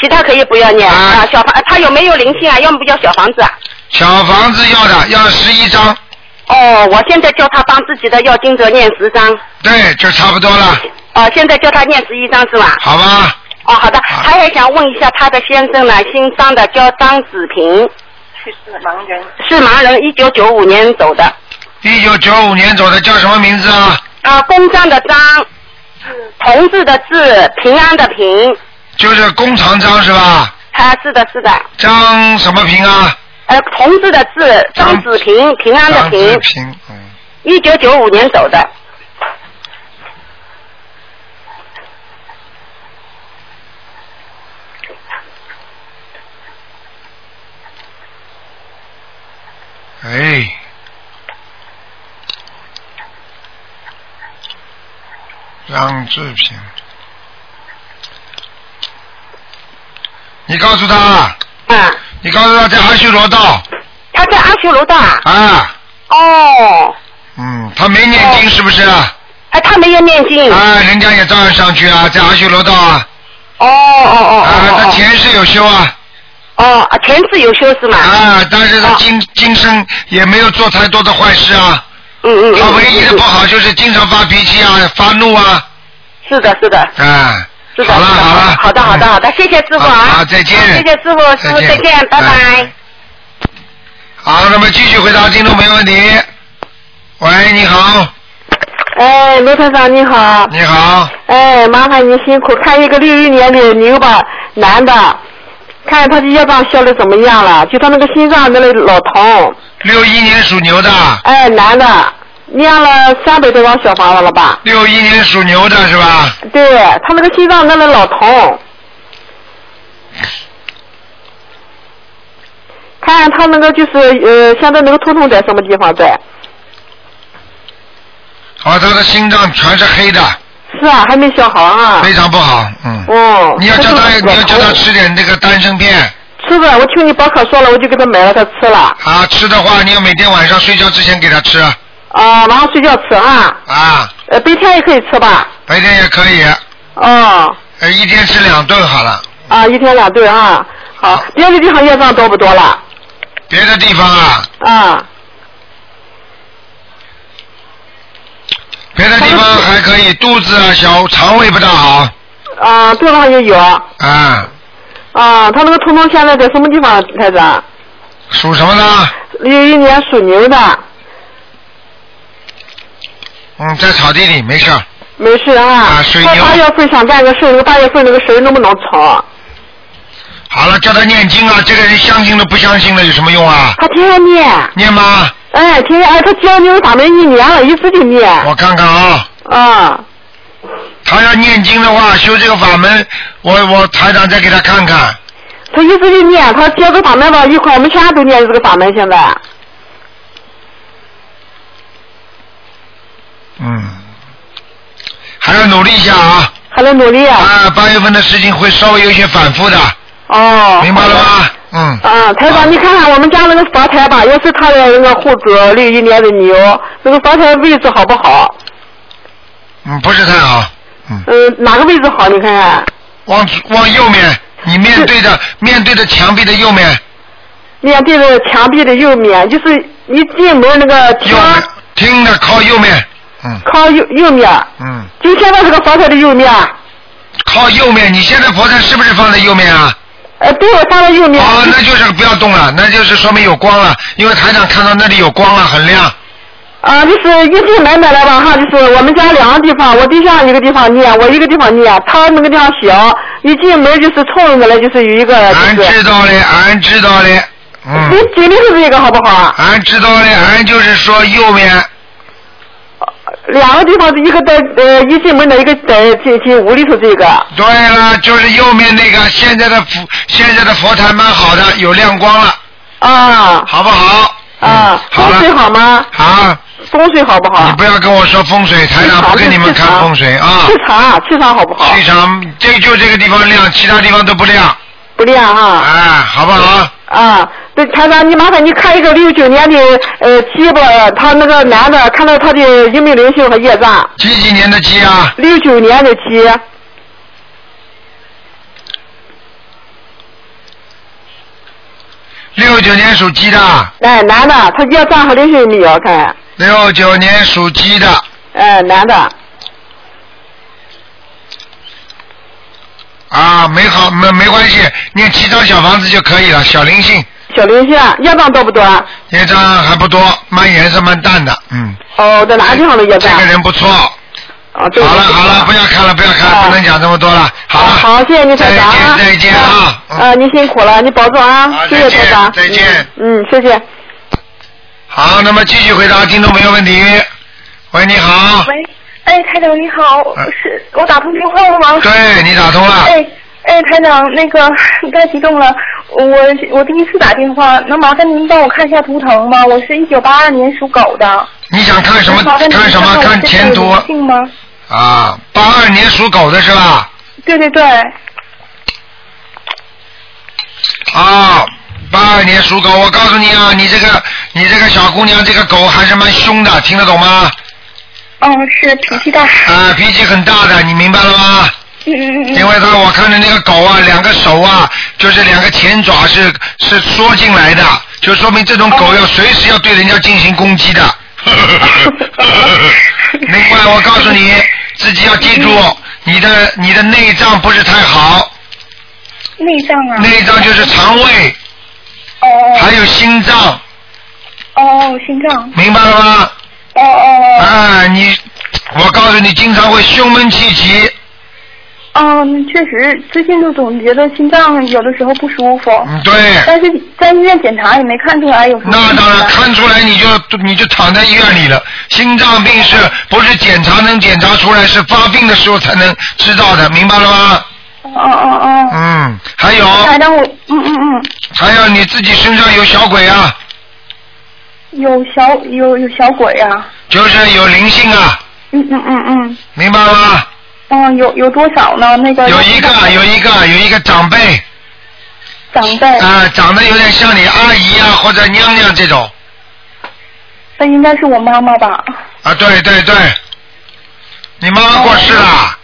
[SPEAKER 5] 其他可以不要念啊小房他有没有灵性啊？要不要小房子啊？
[SPEAKER 1] 小房子要的要十一张，
[SPEAKER 5] 哦，我现在叫他帮自己的要经者念十张，
[SPEAKER 1] 对，就差不多了，
[SPEAKER 5] 哦，现在叫他念十一张是吧？
[SPEAKER 1] 好吧？
[SPEAKER 5] 哦，好的。他还想问一下他的先生呢，姓张的叫张子平，
[SPEAKER 15] 去世的盲人
[SPEAKER 5] 是盲人，一九九五年走的。
[SPEAKER 1] 一九九五年走的叫什么名字啊？
[SPEAKER 5] 啊，公章的章，同志的志，平安的平。
[SPEAKER 1] 就是弓长张是吧？
[SPEAKER 5] 啊，是的，是的。
[SPEAKER 1] 张什么平啊？
[SPEAKER 5] 呃，同志的志，张子平，平安的
[SPEAKER 1] 张
[SPEAKER 5] 平
[SPEAKER 1] 志。平，
[SPEAKER 5] 一九九五年走的。
[SPEAKER 1] 哎，张志平，你告诉他，啊，你告诉他在阿修罗道
[SPEAKER 5] 他在阿修罗道啊。
[SPEAKER 1] 啊，
[SPEAKER 5] 哦，
[SPEAKER 1] 嗯，他没念经是不是啊？
[SPEAKER 5] 哎，他没有念经。
[SPEAKER 1] 啊，人家也照样上去啊，在阿修罗道啊。
[SPEAKER 5] 哦哦哦。
[SPEAKER 1] 啊，他前世有修啊。
[SPEAKER 5] 哦，啊前世有修是吗？哦
[SPEAKER 1] 啊，但是他今今生也没有做太多的坏事啊。
[SPEAKER 5] 嗯嗯。
[SPEAKER 1] 他唯一的不好就是经常发脾气啊，发怒啊。
[SPEAKER 5] 是的，是的。
[SPEAKER 1] 啊，
[SPEAKER 5] 是的，好了好了。好的好的好的，谢谢师傅啊。
[SPEAKER 1] 嗯好再见
[SPEAKER 5] 谢谢师傅，师傅再
[SPEAKER 1] 再见
[SPEAKER 5] 见，拜拜
[SPEAKER 1] 哎。好，那么继续回答听众朋友问题。喂，你好，
[SPEAKER 4] 哎，罗台长你好。
[SPEAKER 1] 你好，
[SPEAKER 4] 哎，麻烦您辛苦，看一个六一年的牛吧，男的，看他的业障消的怎么样了？就他那个心脏那里老疼。
[SPEAKER 1] 六一年属牛的，
[SPEAKER 4] 哎，男的，念了三百多张小房子了吧？
[SPEAKER 1] 六一年属牛的是吧？
[SPEAKER 4] 对他那个心脏那里老疼，看他那个就是呃，现在那个头痛在什么地方在？
[SPEAKER 1] 好，哦他的心脏全是黑的，
[SPEAKER 4] 是啊，还没消好啊。
[SPEAKER 1] 非常不好，嗯。
[SPEAKER 4] 哦。
[SPEAKER 1] 你要叫
[SPEAKER 4] 他
[SPEAKER 1] 他，
[SPEAKER 4] 就是
[SPEAKER 1] 你要叫他吃点那个丹参片。
[SPEAKER 4] 吃的，我听你博客说了，我就给他买了，他吃了。
[SPEAKER 1] 啊，吃的话，你要每天晚上睡觉之前给他吃
[SPEAKER 4] 啊，晚上睡觉吃啊，
[SPEAKER 1] 啊，
[SPEAKER 4] 呃，白天也可以吃吧？
[SPEAKER 1] 白天也可以，
[SPEAKER 4] 哦，
[SPEAKER 1] 呃，一天吃两顿好了。
[SPEAKER 4] 啊，一天两顿啊。好，别的地方业障多不多了？
[SPEAKER 1] 别的地方啊，
[SPEAKER 4] 啊，
[SPEAKER 1] 别的地方还可以，肚子啊、小肠胃不大好，
[SPEAKER 4] 啊，肚子上也有。
[SPEAKER 1] 啊，
[SPEAKER 4] 啊，他那个通通现在在什么地方，啊台长？
[SPEAKER 1] 属什么呢？
[SPEAKER 4] 六一年属牛的，
[SPEAKER 1] 嗯，在草地里，没事儿。
[SPEAKER 4] 没事啊。
[SPEAKER 1] 啊水
[SPEAKER 4] 他
[SPEAKER 1] 牛
[SPEAKER 4] 八月份想办个事，那个八月份那个谁能不能成？
[SPEAKER 1] 好了，叫他念经啊！这个人相信了不相信了有什么用啊？
[SPEAKER 4] 他天天念。
[SPEAKER 1] 念吗？
[SPEAKER 4] 哎，天天哎，他教牛法门一年了，一直就念。
[SPEAKER 1] 我看看啊。
[SPEAKER 4] 啊。
[SPEAKER 1] 他要念经的话，修这个法门，我我台长再给他看看。
[SPEAKER 4] 他一直就念，他接个法门吧，一块我们全家都念这个法门，现在
[SPEAKER 1] 嗯，还要努力一下啊！
[SPEAKER 4] 还在努力啊！
[SPEAKER 1] 啊，八月份的事情会稍微有些反复的。
[SPEAKER 4] 哦。
[SPEAKER 1] 明白了吗？嗯。
[SPEAKER 4] 啊，台长，你看看我们家那个佛台吧，要是他的那个户主六一年的牛，那个佛台位置好不好？
[SPEAKER 1] 嗯，不是太好。
[SPEAKER 4] 嗯，哪个位置好？你看看。
[SPEAKER 1] 往往右面，你面对着面对着墙壁的右面，
[SPEAKER 4] 面对着墙壁的右面，就是一进门那个厅
[SPEAKER 1] 厅的靠右面，
[SPEAKER 4] 靠右右面，
[SPEAKER 1] 嗯，
[SPEAKER 4] 就现在这个佛台的右面，
[SPEAKER 1] 靠右面。你现在佛台是不是放在右面啊？
[SPEAKER 4] 呃，对，我放在右面。
[SPEAKER 1] 哦，那就是不要动了，那就是说明有光了，因为台长看到那里有光了，很亮。
[SPEAKER 4] 啊，就是一进门买来吧哈，就是我们家两个地方，我对象一个地方念，我一个地方念，他那个地方小，一进门就是冲着来就是有一个，
[SPEAKER 1] 俺
[SPEAKER 4] 就是
[SPEAKER 1] 知道嘞，俺知道嘞，
[SPEAKER 4] 你
[SPEAKER 1] 嗯，
[SPEAKER 4] 举例是这个好不好啊？
[SPEAKER 1] 俺知道嘞，俺就是说右面，
[SPEAKER 4] 两个地方，一个在呃一进门的，一个在进进屋里头这个。
[SPEAKER 1] 对了，就是右面那个现在的佛现在的佛台蛮好的，有亮光了。
[SPEAKER 4] 啊。
[SPEAKER 1] 好不好？
[SPEAKER 4] 啊。风水好吗？
[SPEAKER 1] 好。
[SPEAKER 4] 风水好不好？
[SPEAKER 1] 你不要跟我说风水，台长不给你们看风水啊
[SPEAKER 4] 气。场，气场好不好？
[SPEAKER 1] 气场这就这个地方亮，其他地方都不亮。
[SPEAKER 4] 不亮哈。
[SPEAKER 1] 啊，好不好？
[SPEAKER 4] 啊，对，台长，你麻烦你看一个六九年的呃鸡吧，他那个男的，看到他的英明灵性和业障。
[SPEAKER 1] 几几年的鸡啊？
[SPEAKER 4] 六九年的鸡，
[SPEAKER 1] 六九年属鸡的，
[SPEAKER 4] 哎，男的，他业障和灵性有没有？看，
[SPEAKER 1] 六九年属鸡的，
[SPEAKER 4] 哎，男的，
[SPEAKER 1] 啊，没好没没关系，念七张小房子就可以了，小灵性。
[SPEAKER 4] 小灵性，啊业障多不多？
[SPEAKER 1] 业障还不多，蛮颜色蛮淡的，嗯。
[SPEAKER 4] 哦，在哪个地方的业障？
[SPEAKER 1] 这个人不错。
[SPEAKER 4] 啊，啊
[SPEAKER 1] 好了好了，不要看了不要看了，不能讲这么多了。好了，
[SPEAKER 4] 好，谢谢你台长啊！
[SPEAKER 1] 再见再见啊！
[SPEAKER 4] 啊，您辛苦了，你保重啊！谢谢台长，
[SPEAKER 1] 再见。
[SPEAKER 4] 嗯，谢谢。
[SPEAKER 1] 好，那么继续回答听众朋友问题。喂，你好。
[SPEAKER 8] 喂，哎，台长你好，
[SPEAKER 1] 啊
[SPEAKER 8] 是我打通电话了吗？
[SPEAKER 1] 对你打通了
[SPEAKER 8] 哎哎，台长，那个你太激动了，我我第一次打电话，能麻烦您帮我看一下图腾吗？我是一九八二年属狗的。
[SPEAKER 1] 你想看什么
[SPEAKER 8] 能麻烦您
[SPEAKER 1] 看什么
[SPEAKER 8] 看
[SPEAKER 1] 看前途
[SPEAKER 8] 性吗？
[SPEAKER 1] 啊，八二年属狗的是吧？
[SPEAKER 8] 对对对，
[SPEAKER 1] 啊，八二年属狗，我告诉你啊，你这个你这个小姑娘这个狗还是蛮凶的，听得懂吗？
[SPEAKER 8] 嗯，是脾气大。
[SPEAKER 1] 啊，脾气很大的，你明白了吗？
[SPEAKER 8] 嗯嗯嗯。
[SPEAKER 1] 因为他我看着那个狗啊，两个手啊，就是两个前爪是是缩进来的，就说明这种狗
[SPEAKER 8] 哦
[SPEAKER 1] 要随时要对人家进行攻击的。 另外，我告诉你，自己要记住，你的你的内脏不是太好，
[SPEAKER 8] 内脏啊。
[SPEAKER 1] 内脏就是肠胃，
[SPEAKER 8] 哦
[SPEAKER 1] 还有心脏，
[SPEAKER 8] 哦，心脏。
[SPEAKER 1] 明白了吗？
[SPEAKER 8] 哦哦。
[SPEAKER 1] 啊，你，我告诉你，经常会胸闷气急，
[SPEAKER 8] 嗯，确实，最近就总觉得心脏有的时候不舒服。嗯，
[SPEAKER 1] 对。
[SPEAKER 8] 但是在医院检查也没看出来有什么。
[SPEAKER 1] 那当然，看出来你就你就躺在医院里了。心脏病是不是检查能检查出来？是发病的时候才能知道的，明白了吗？
[SPEAKER 8] 哦哦哦。
[SPEAKER 1] 嗯，还有
[SPEAKER 8] 台长，我嗯嗯嗯，
[SPEAKER 1] 还有你自己身上有小鬼啊，
[SPEAKER 8] 有小有有小鬼啊，
[SPEAKER 1] 就是有灵性啊，
[SPEAKER 8] 嗯嗯嗯嗯，
[SPEAKER 1] 明白了吗？
[SPEAKER 8] 嗯，有有多少呢？那个
[SPEAKER 1] 有一个有一个有一个长辈
[SPEAKER 8] 长辈
[SPEAKER 1] 啊、长得有点像你阿姨啊或者娘娘这种
[SPEAKER 8] 那应该是我妈妈吧？
[SPEAKER 1] 啊，对对对，你妈妈过世了，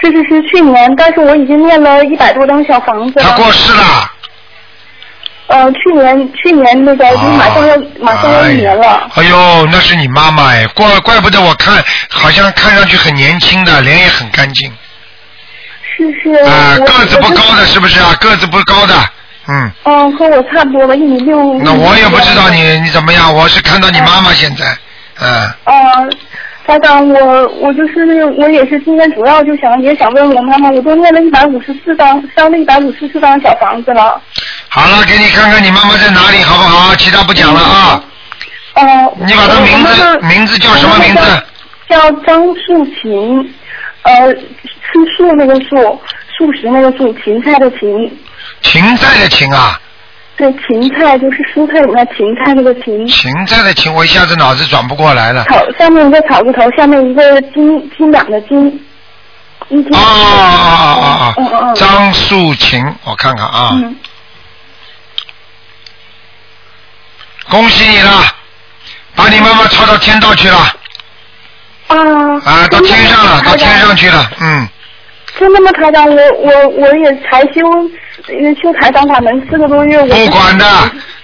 [SPEAKER 8] 是是是，去年，但是我已经念了一百多张小房子了。
[SPEAKER 1] 她过世了，
[SPEAKER 8] 呃，去年去年那个就是马上要、
[SPEAKER 1] 哦
[SPEAKER 8] 马上要一年了。
[SPEAKER 1] 啊哎呦，那是你妈妈哎，怪怪不得我看好像看上去很年轻的，脸也很干净。
[SPEAKER 4] 是是。
[SPEAKER 1] 啊，
[SPEAKER 4] 我
[SPEAKER 1] 个子不高的是不是啊？个子不高的，嗯，
[SPEAKER 4] 嗯，和我差不多吧，一米六。
[SPEAKER 8] 嗯
[SPEAKER 1] 那我也不知道你你怎么样，我是看到你妈妈现在，嗯，
[SPEAKER 4] 啊，台长，我我就是那个，我也是今天主要就想也想问我妈妈，我都念了一百五十四张，上了一百五十四张小房子了。
[SPEAKER 1] 好了，给你看看你妈妈在哪里好不好？其他不讲了
[SPEAKER 8] 嗯
[SPEAKER 1] 啊。
[SPEAKER 4] 哦、
[SPEAKER 1] 哎你把她名字名字叫什么名字？
[SPEAKER 4] 叫张素琴，呃，吃素那个素，素食那个素，芹菜的芹，
[SPEAKER 1] 芹菜的芹啊，
[SPEAKER 4] 对，芹菜就是蔬菜里面芹菜那个芹，
[SPEAKER 1] 芹菜的芹，我一下子脑子转不过来了。
[SPEAKER 4] 草下面一个草字头，下面一个金金两的金，一金。
[SPEAKER 1] 哦哦哦哦哦，张素琴，我看看啊，
[SPEAKER 4] 嗯，
[SPEAKER 1] 恭喜你了，把你妈妈抄到天道去了
[SPEAKER 4] 啊。
[SPEAKER 1] 啊，到天上了，到天上去了，嗯，
[SPEAKER 4] 真的吗，台长？我我我也才修呃修台长法门四个多月，我
[SPEAKER 1] 不管的，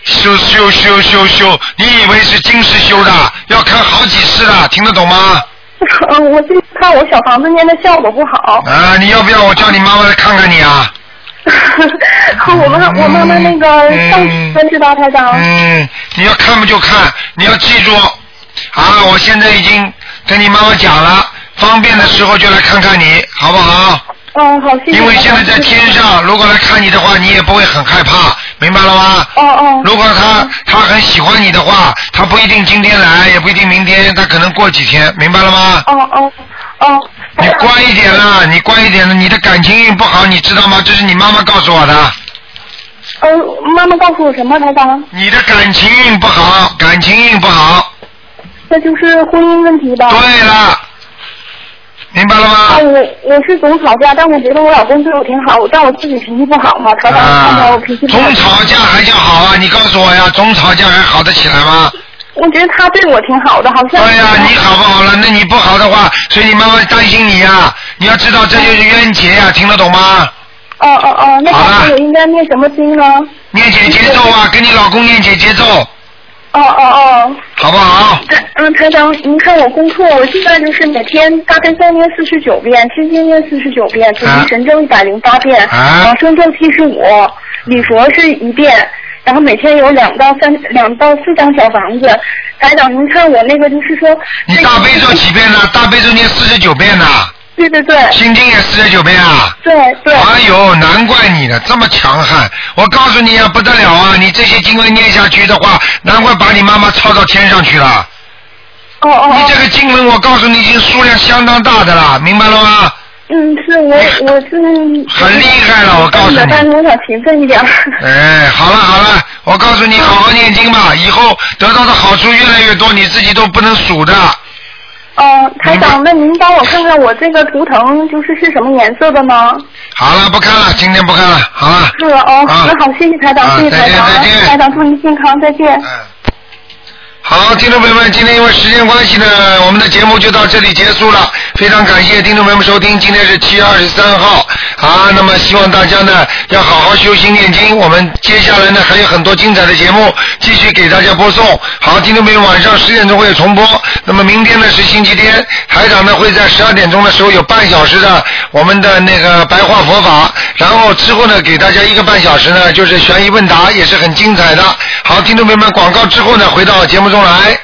[SPEAKER 1] 修修修修修，你以为是今世修的，要看好几世的，听得懂吗？
[SPEAKER 4] 嗯，我就看我小房子念的效果不好，
[SPEAKER 1] 啊，你要不要我叫你妈妈来看看你啊？
[SPEAKER 4] 我妈我妈妈那个上次知道台长，
[SPEAKER 1] 嗯，你要看不就看，你要记住啊！我现在已经跟你妈妈讲了，方便的时候就来看看你，好不好？
[SPEAKER 4] 嗯，好，谢谢。
[SPEAKER 1] 因为现在在天上，如果来看你的话，你也不会很害怕，明白了吗？
[SPEAKER 4] 哦哦。
[SPEAKER 1] 如果他他很喜欢你的话，他不一定今天来，也不一定明天，他可能过几天，明白了吗？
[SPEAKER 4] 哦哦哦。
[SPEAKER 1] 你乖一点啦，你乖一点啦，你的感情运不好，你知道吗？这是你妈妈告诉我的。
[SPEAKER 4] 呃，妈妈告诉我什么，台长？
[SPEAKER 1] 你的感情运不好，感情运不好，
[SPEAKER 4] 那就是婚姻问题吧。
[SPEAKER 1] 对了，明白了吗？
[SPEAKER 4] 啊，我我是总吵架，但我觉得我老公对我挺好，但我自己脾气不好嘛，常常看到我脾气不啊好。
[SPEAKER 1] 总啊吵架还叫好啊？你告诉我呀，总吵架还好得起来吗？
[SPEAKER 4] 我觉得他对我挺好的，好像。
[SPEAKER 1] 对呀、你好不好了？那你不好的话，啊所以你妈妈担心你呀、你要知道这就是冤结呀、听得懂吗？
[SPEAKER 4] 哦哦哦，那老公我应该念什么经呢？
[SPEAKER 1] 念姐姐咒啊，跟你老公念姐姐咒，
[SPEAKER 4] 哦哦哦。
[SPEAKER 1] 好不好？
[SPEAKER 4] 嗯，台长，您看我功课，我现在就是每天大悲咒念四十九遍，心经念四十九遍，准提神咒一百零八遍，
[SPEAKER 1] 啊
[SPEAKER 4] 往生咒七十五，礼佛是一遍，然后每天有两到三、两到四张小房子。台长，您看我那个就是说，
[SPEAKER 1] 你大悲咒几遍呢、大悲咒念四十九遍呢、
[SPEAKER 4] 对对对，
[SPEAKER 1] 心经也四十九遍啊。
[SPEAKER 4] 对对。
[SPEAKER 1] 哎呦，难怪你了，这么强悍！我告诉你啊，不得了啊！你这些经文念下去的话，难怪把你妈妈抄到天上去了。
[SPEAKER 4] 哦哦。
[SPEAKER 1] 你这个经文，我告诉你，已经数量相当大的了，明白了吗？
[SPEAKER 4] 嗯，是我我是嗯
[SPEAKER 1] 很厉害了，我告诉你。
[SPEAKER 4] 但是我想勤奋一点。
[SPEAKER 1] 哎，好了好了，我告诉你，好好念经吧，以后得到的好处越来越多，你自己都不能数的。
[SPEAKER 4] 哦，台长，那您帮我看看我这个图腾就是是什么颜色的吗？
[SPEAKER 1] 好了，不看了，今天不看了，好了。
[SPEAKER 4] 是了哦，
[SPEAKER 1] 啊
[SPEAKER 4] 那好，谢谢台长，谢谢台长，台长祝您健康，再
[SPEAKER 1] 啊
[SPEAKER 4] 见。
[SPEAKER 1] 好，听众朋友们，今天因为时间关系呢，我们的节目就到这里结束了。非常感谢听众朋友们收听，今天是七月二十三号啊。那么希望大家呢要好好修心念经。我们接下来呢还有很多精彩的节目继续给大家播送。好，听众朋友晚上十点钟会有重播。那么明天呢是星期天，台长呢会在十二点钟的时候有半小时的我们的那个白话佛法，然后之后呢给大家一个半小时呢就是悬疑问答，也是很精彩的。好，听众朋友们，广告之后呢回到节目中来。